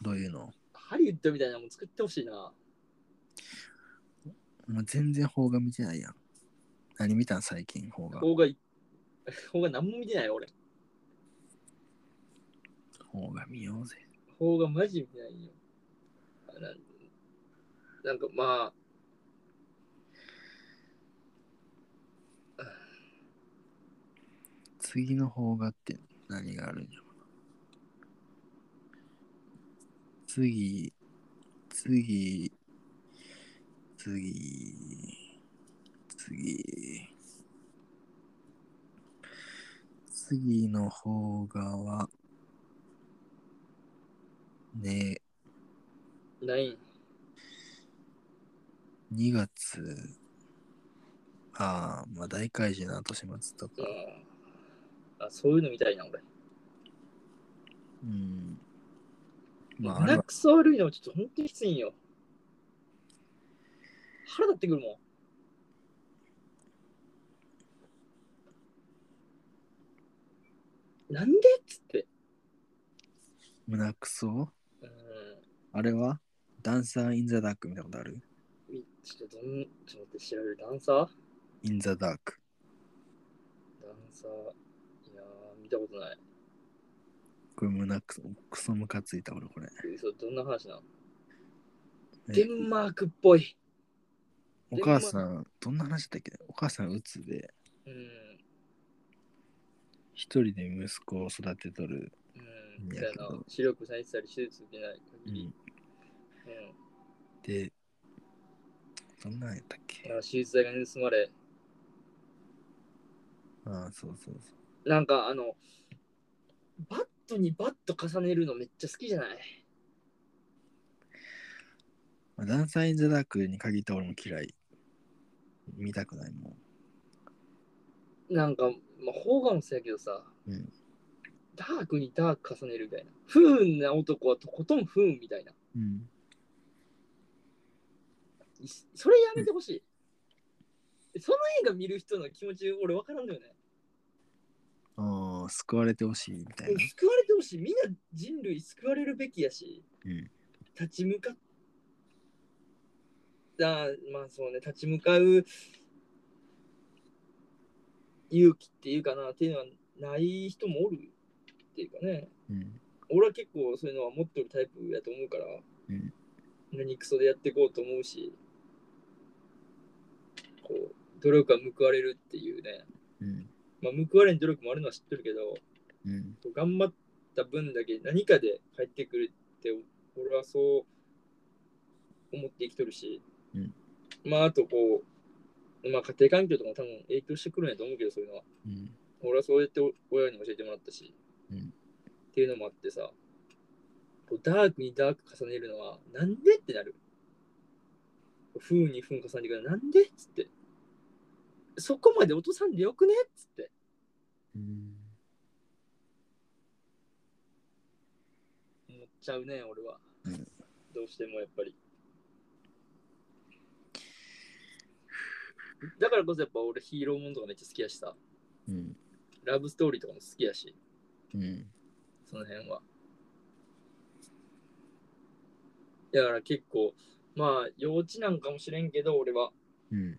どういうの
ハリウッドみたいなのも作ってほしいな
もう全然邦画見てないやん何見たん最近邦画
邦画い、 邦画何も見てない俺。
邦画見ようぜ
邦画マジ見てないよ。あなんなんかま
次の邦画って何があるんやろな次次次次次の邦画はね
ないん。
2月、ああ、まあ大怪獣の後始末と
う
か、
んあ、そういうのみたいな、俺。
うん。まああれ
胸
は
くそ悪いのもちょっと本当にきついんよ。腹立ってくるもん。なんでっつって。
胸くそ
うん。
あれはダンサー・イン・ザ・ダーク見たことある
みちょっとどん、ちょっと待って、調べる。ダンサー
イン・ザ・ダーク。
ダンサー。いやー、見たことない。
これ胸くそ、くそムカついた俺これ。
えそれどんな話なの
え
デンマークっぽい。
お母さん、どんな話だったっけお母さんうつで、
うん。
一人で息子を育てとる。
うん。みたいな。視力されてたり、手術受けない限り。うん
で、どんなんやったっけ
あ手術代が盗まれ、
ああ、そうそうそう。
なんかあの、バットにバット重ねるのめっちゃ好きじゃない
まあ、ダンサー・イン・ザ・ダークに限った俺も嫌い。見たくないもん。
なんか、まあ、邦画もそうやけどさ、
うん
ダークにダーク重ねるみたいな。不運な男はとことん不運みたいな。
うん。
いそれやめてほしい。その映画見る人の気持ち、俺分からんのよね。
ああ、救われてほしいみたいな。
救われてほしい。みんな人類救われるべきやし、
うん
立ち向かった、まあそうね、立ち向かう勇気っていうかな、っていうのはない人もおるっていうかね。
うん。
俺は結構そういうのは持ってるタイプやと思うから、
うん
何クソでやっていこうと思うし、こう、努力は報われるっていうね。
うん。
まあ報われん努力もあるのは知ってるけど、
うん。
頑張った分だけ何かで帰ってくるって俺はそう思って生きとるし、
うん
まああとこう、まあ、家庭環境とかも多分影響してくるんやと思うけどそういうのは
うん。
俺はそうやって親に教えてもらったし、
うん
っていうのもあってさこうダークにダーク重ねるのはなんでってなる不運に不運重ねてくるなんでっつってそこまで落とさんでよくねっつって
うん。
思っちゃうね俺は、
うん
どうしてもやっぱりだからこそやっぱ俺ヒーローものとかめっちゃ好きやしさ
うん。
ラブストーリーとかも好きやし
うん。
その辺はだから結構まあ幼稚なんかもしれんけど俺は
うん。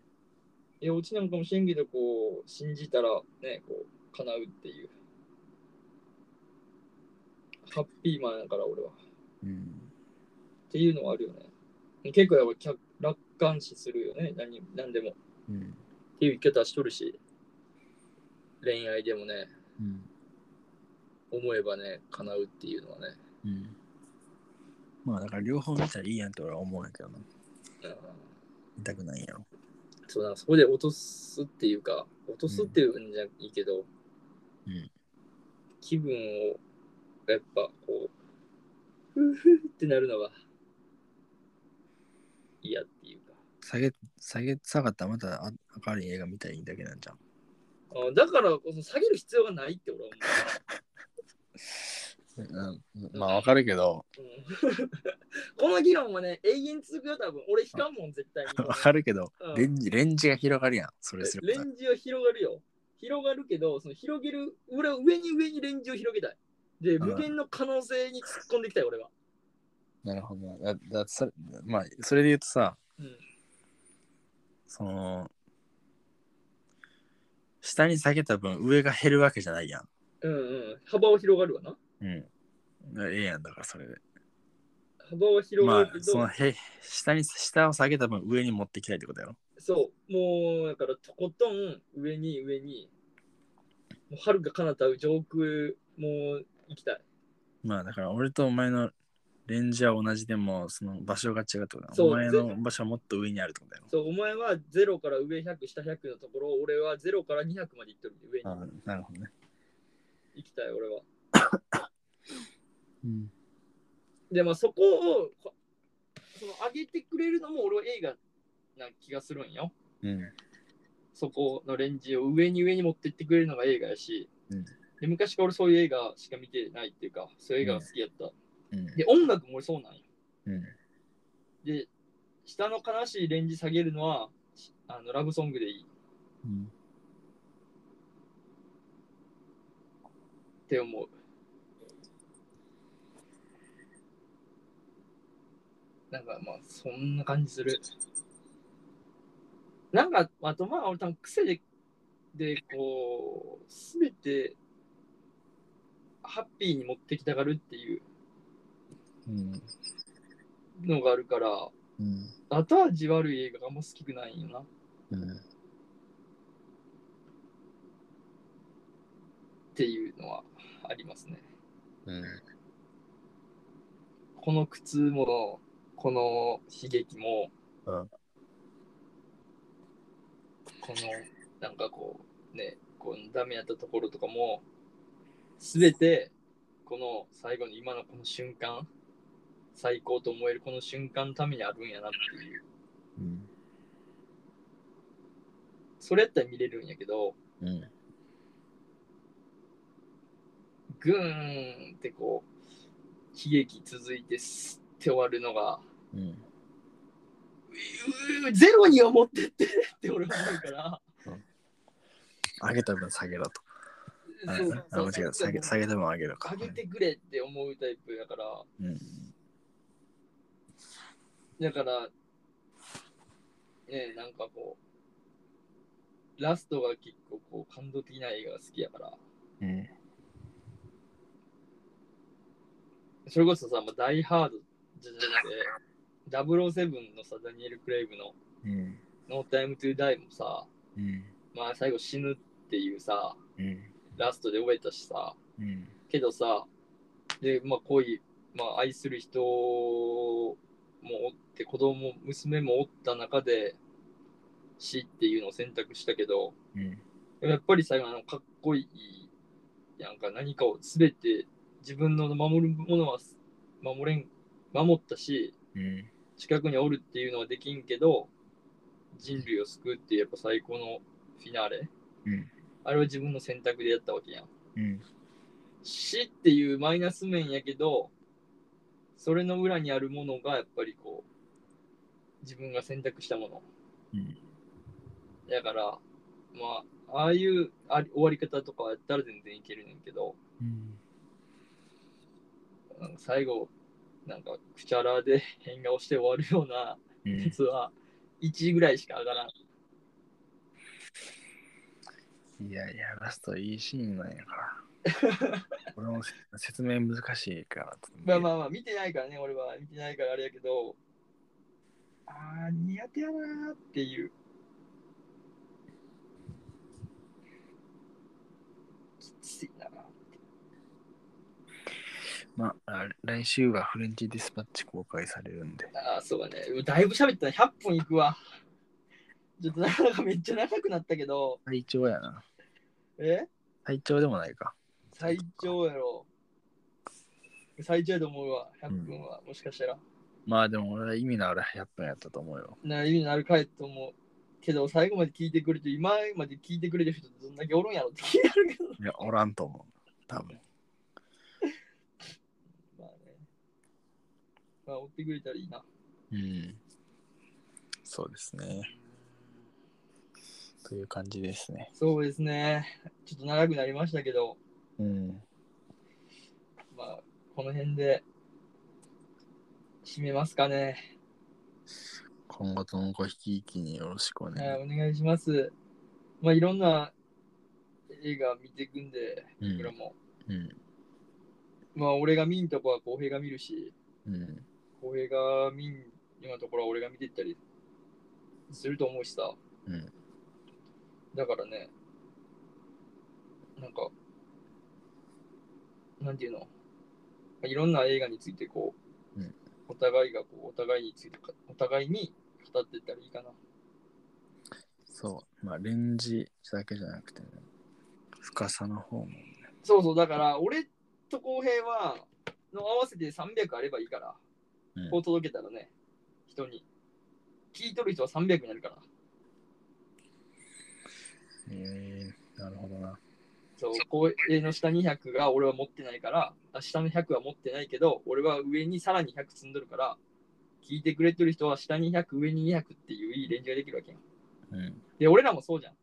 幼稚なんかもしれんけどこう信じたらねこう叶うっていうハッピーマンやから俺は
うん。
っていうのはあるよね。結構やっぱ客楽観視するよね、何何でも。っ
うん。
ていう生き方しとるし、恋愛でもね、
うん。
思えばね、叶うっていうのはね。
うん。まあだから両方見たらいいやんと俺は思うんやけどな。
うん
見たくないんやろ。
そうだな、そこで落とすっていうか、落とすっていうんじゃいいけど、
うん
気分をやっぱこう、ふふってなるのが嫌っていうか。
下げ、下げ、下がったらまたあ明るい映画見たらいいだけなんじゃん。
あだからこそ下げる必要がないって俺は
まあわかるけど、
思う。うん この議論はね、永遠続くよ、多分。俺、引かんもん、絶対に。
わかるけど、
うん
レンジ、レンジが広がるやん。それする
レンジは広がるよ。広がるけど、その広げる、俺は上に上にレンジを広げたい。で、
うん
無限の可能性に突っ込んでいきたい、俺は。
なるほどな。だだそれまあ、それで言うとさ、
うん
その、下に下げた分上が減るわけじゃないやん。
うんうん。幅は広がるわな。
うん。だからええやん、だからそれで。
幅は広
ま
が
あ
るけ、ど、
そのへ下に、下を下げた分上に持ってきたいってことやろ。
そう、もう、だから、とことん上に上に、もう遥か彼方上空、もう行きたい。
まあだから俺とお前のレンジは同じでもその場所が違うってことだ
そう
お前の場所はもっと上にあるってことだよ。
そう、お前は0から上100、下100のところ、俺は0から200まで行っとるんで、上に
ああなるほどね。
行きたい、俺は。
うん。
でまあそこをこその上げてくれるのも俺は映画な気がするんよ。
うん。
そこのレンジを上に上に持ってってくれるのが映画やし、
うん
で昔から俺そういう映画しか見てないっていうかそういう映画が好きやった、
うん。
で音楽も俺そうなんよ
うん。
で下の悲しいレンジ下げるのはしあのラブソングでいい
うん。
って思うなんかまあそんな感じするなんかあとまあ俺多分癖ででこうすべてハッピーに持ってきたがるっていう
うん。
のがあるから
うん。
後味悪い映画があんま好きくないんよなっ
うん。
ていうのはありますね
うん。
この苦痛もこの悲劇も、
うん
このなんかこうねこうダメやったところとかも全てこの最後の今のこの瞬間最高と思えるこの瞬間のためにあるんやなっていう
うん。
それやったら見れるんやけど
うん。
グーンってこう悲劇続いてすって終わるのが
うん。
うーゼロには持ってってって俺は思うから。
上げた分下げろと。あ
そう
あ間違えた。下げ下げた分上げろか。
上げてくれって思うタイプだから、
うん。
だから、ねなんかこう、ラストが結構こう感動的な映画が好きやから、
うん。
それこそさ、まあ、ダイハードじゃなくて、007のさ、ダニエル・クレイブの
うん。
ノータイム・トゥ・ダイもさ、
うん。
まあ最後死ぬっていうさ、
うん。
ラストで終えたしさ、
うん。
けどさ、で、まあ、恋、まあ、愛する人もおって、子供、娘もおった中で、死っていうのを選択したけど、
うん。
やっぱり最後、あの、かっこいい、なんか何かを全て、自分の守るものは守れん、守ったし、
うん。
近くにおるっていうのはできんけど、人類を救うっていうやっぱ最高のフィナーレ。
うん
あれは自分の選択でやったわけやん。
うん。
死っていうマイナス面やけどそれの裏にあるものがやっぱりこう自分が選択したもの、
うん
だからまあああいうあり終わり方とかやったら全然いけるねんけど
うん。
なんか最後なんかくちゃらで 変顔して終わるようなやつは1ぐらいしか上がらん
いやいや、ラストいいシーンなんやから。 俺も説明難しいから。
まあまあまあ見てないからね俺は見てないからあれやけどああ苦手やなーっていうきついな
まあ、来週はフレンチディスパッチ公開されるんで。
ああそうだねうだいぶ喋ったな100分いくわちょっとなかなかめっちゃ長くなったけど
最長やな。
え
最長でもないか。
最長やろ最長やと思うわ100分は、もしかしたら
まあでも俺は意味のある100分やったと思うよ。
な意味のあるかいと思うけど最後まで聞いてくれて今まで聞いてくれてる人ってどんだけおるんやろって気になるけど
いや、おらんと思う。多分。
まあね。まあ、追ってくれたらいいな。
うん。そうですね。という感じですね。
そうですね。ちょっと長くなりましたけど、
うん。
まあ、この辺で、締めますかね。
今後ともご引きいきによろしくお
はい、
願い。
お願いします。まあ、いろんな映画見ていくんで、
うん
僕らも。
うん。
まあ、俺が見んとこは浩平が見るし、
うん。
浩平が見ん、今のところは俺が見てったりすると思うしさ。
うん
だからね、なんか、なんていうの、いろんな映画についてこう、
うん
お互いがこう、お互いについてか、お互いに語ってったらいいかな。
そう。まあ、レンジだけじゃなくてね、深さの方も。
そうそう、だから、俺と浩平は、の合わせて300あればいいから、
うん
こう届けたらね、人に。聞いとる人は300になるから。
えー、なるほどな。
そう、公営の下に100が俺は持ってないから、あ下の100は持ってないけど、俺は上にさらに100積んどるから、聞いてくれてる人は下に100、上に200っていういいレンジができるわけやん。
うん。
で、俺らもそうじゃん。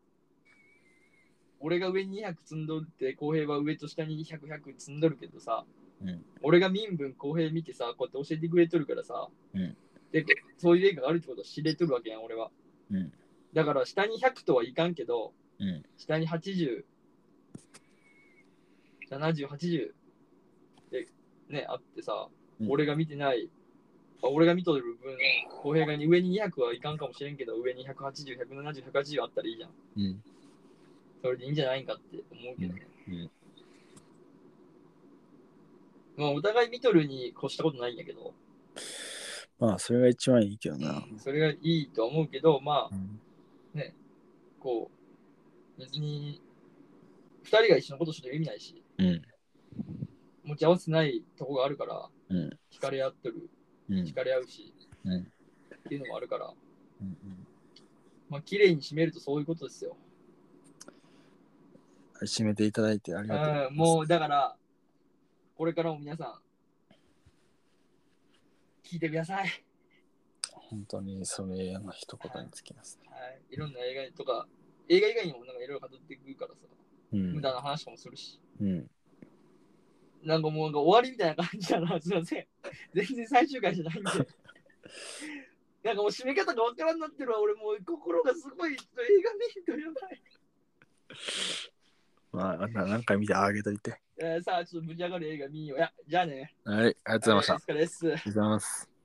俺が上に200積んどるって、浩平は上と下に100、100積んどるけどさ、
うん
俺が民文浩平見てさ、こうやって教えてくれとるからさ、
うん
で、そういう例があるってことは知れとるわけやん、俺は。
うん
だから下に100とはいかんけど、
うん
下に80、70、80でね、あってさ、
うん
俺が見てない、あ俺が見とる分、公平がに上に200はいかんかもしれんけど、上に180、170、180あったらいいじゃん。
うん。
それでいいんじゃないんかって思うけどね。
うんうん
まあ、お互い見とるに越したことないんやけど、
まあ、それが一番いいけどな。
それがいいとは思うけど、まあ
う、ん。
こう、別に、2人が一緒のことしてる意味ないし、
うん。
持ち合わせないとこがあるから、
うん。
惹かれ合ってる、
うん
惹。かれ合うし、
うん
っていうのもあるから、
うん。
まあ、綺麗に締めるとそういうことですよ。
締めていただいてありがとうございます
うん、。もうだから、これからも皆さん、聞いてください。
本当にそれの一言につきますね。
はい、いろんな映画とか、映画以外にもなんかいろいろ語ってくるからさ、
うん
無駄な話とかもするし、
うん。
なんかもうなんか終わりみたいな感じだな、すいません。 全然最終回じゃないんで。 なんかもう締め方がわからんなってるわ、俺もう心がすごい、ちょっと映画メインとやばい。
まあ、な何回見てあげといて。
えーさあ、ちょっとぶち上がる映画見よう。いや、じゃあね。
はい、ありがとうございました。あ
はいお疲れっす。
りがとうございます。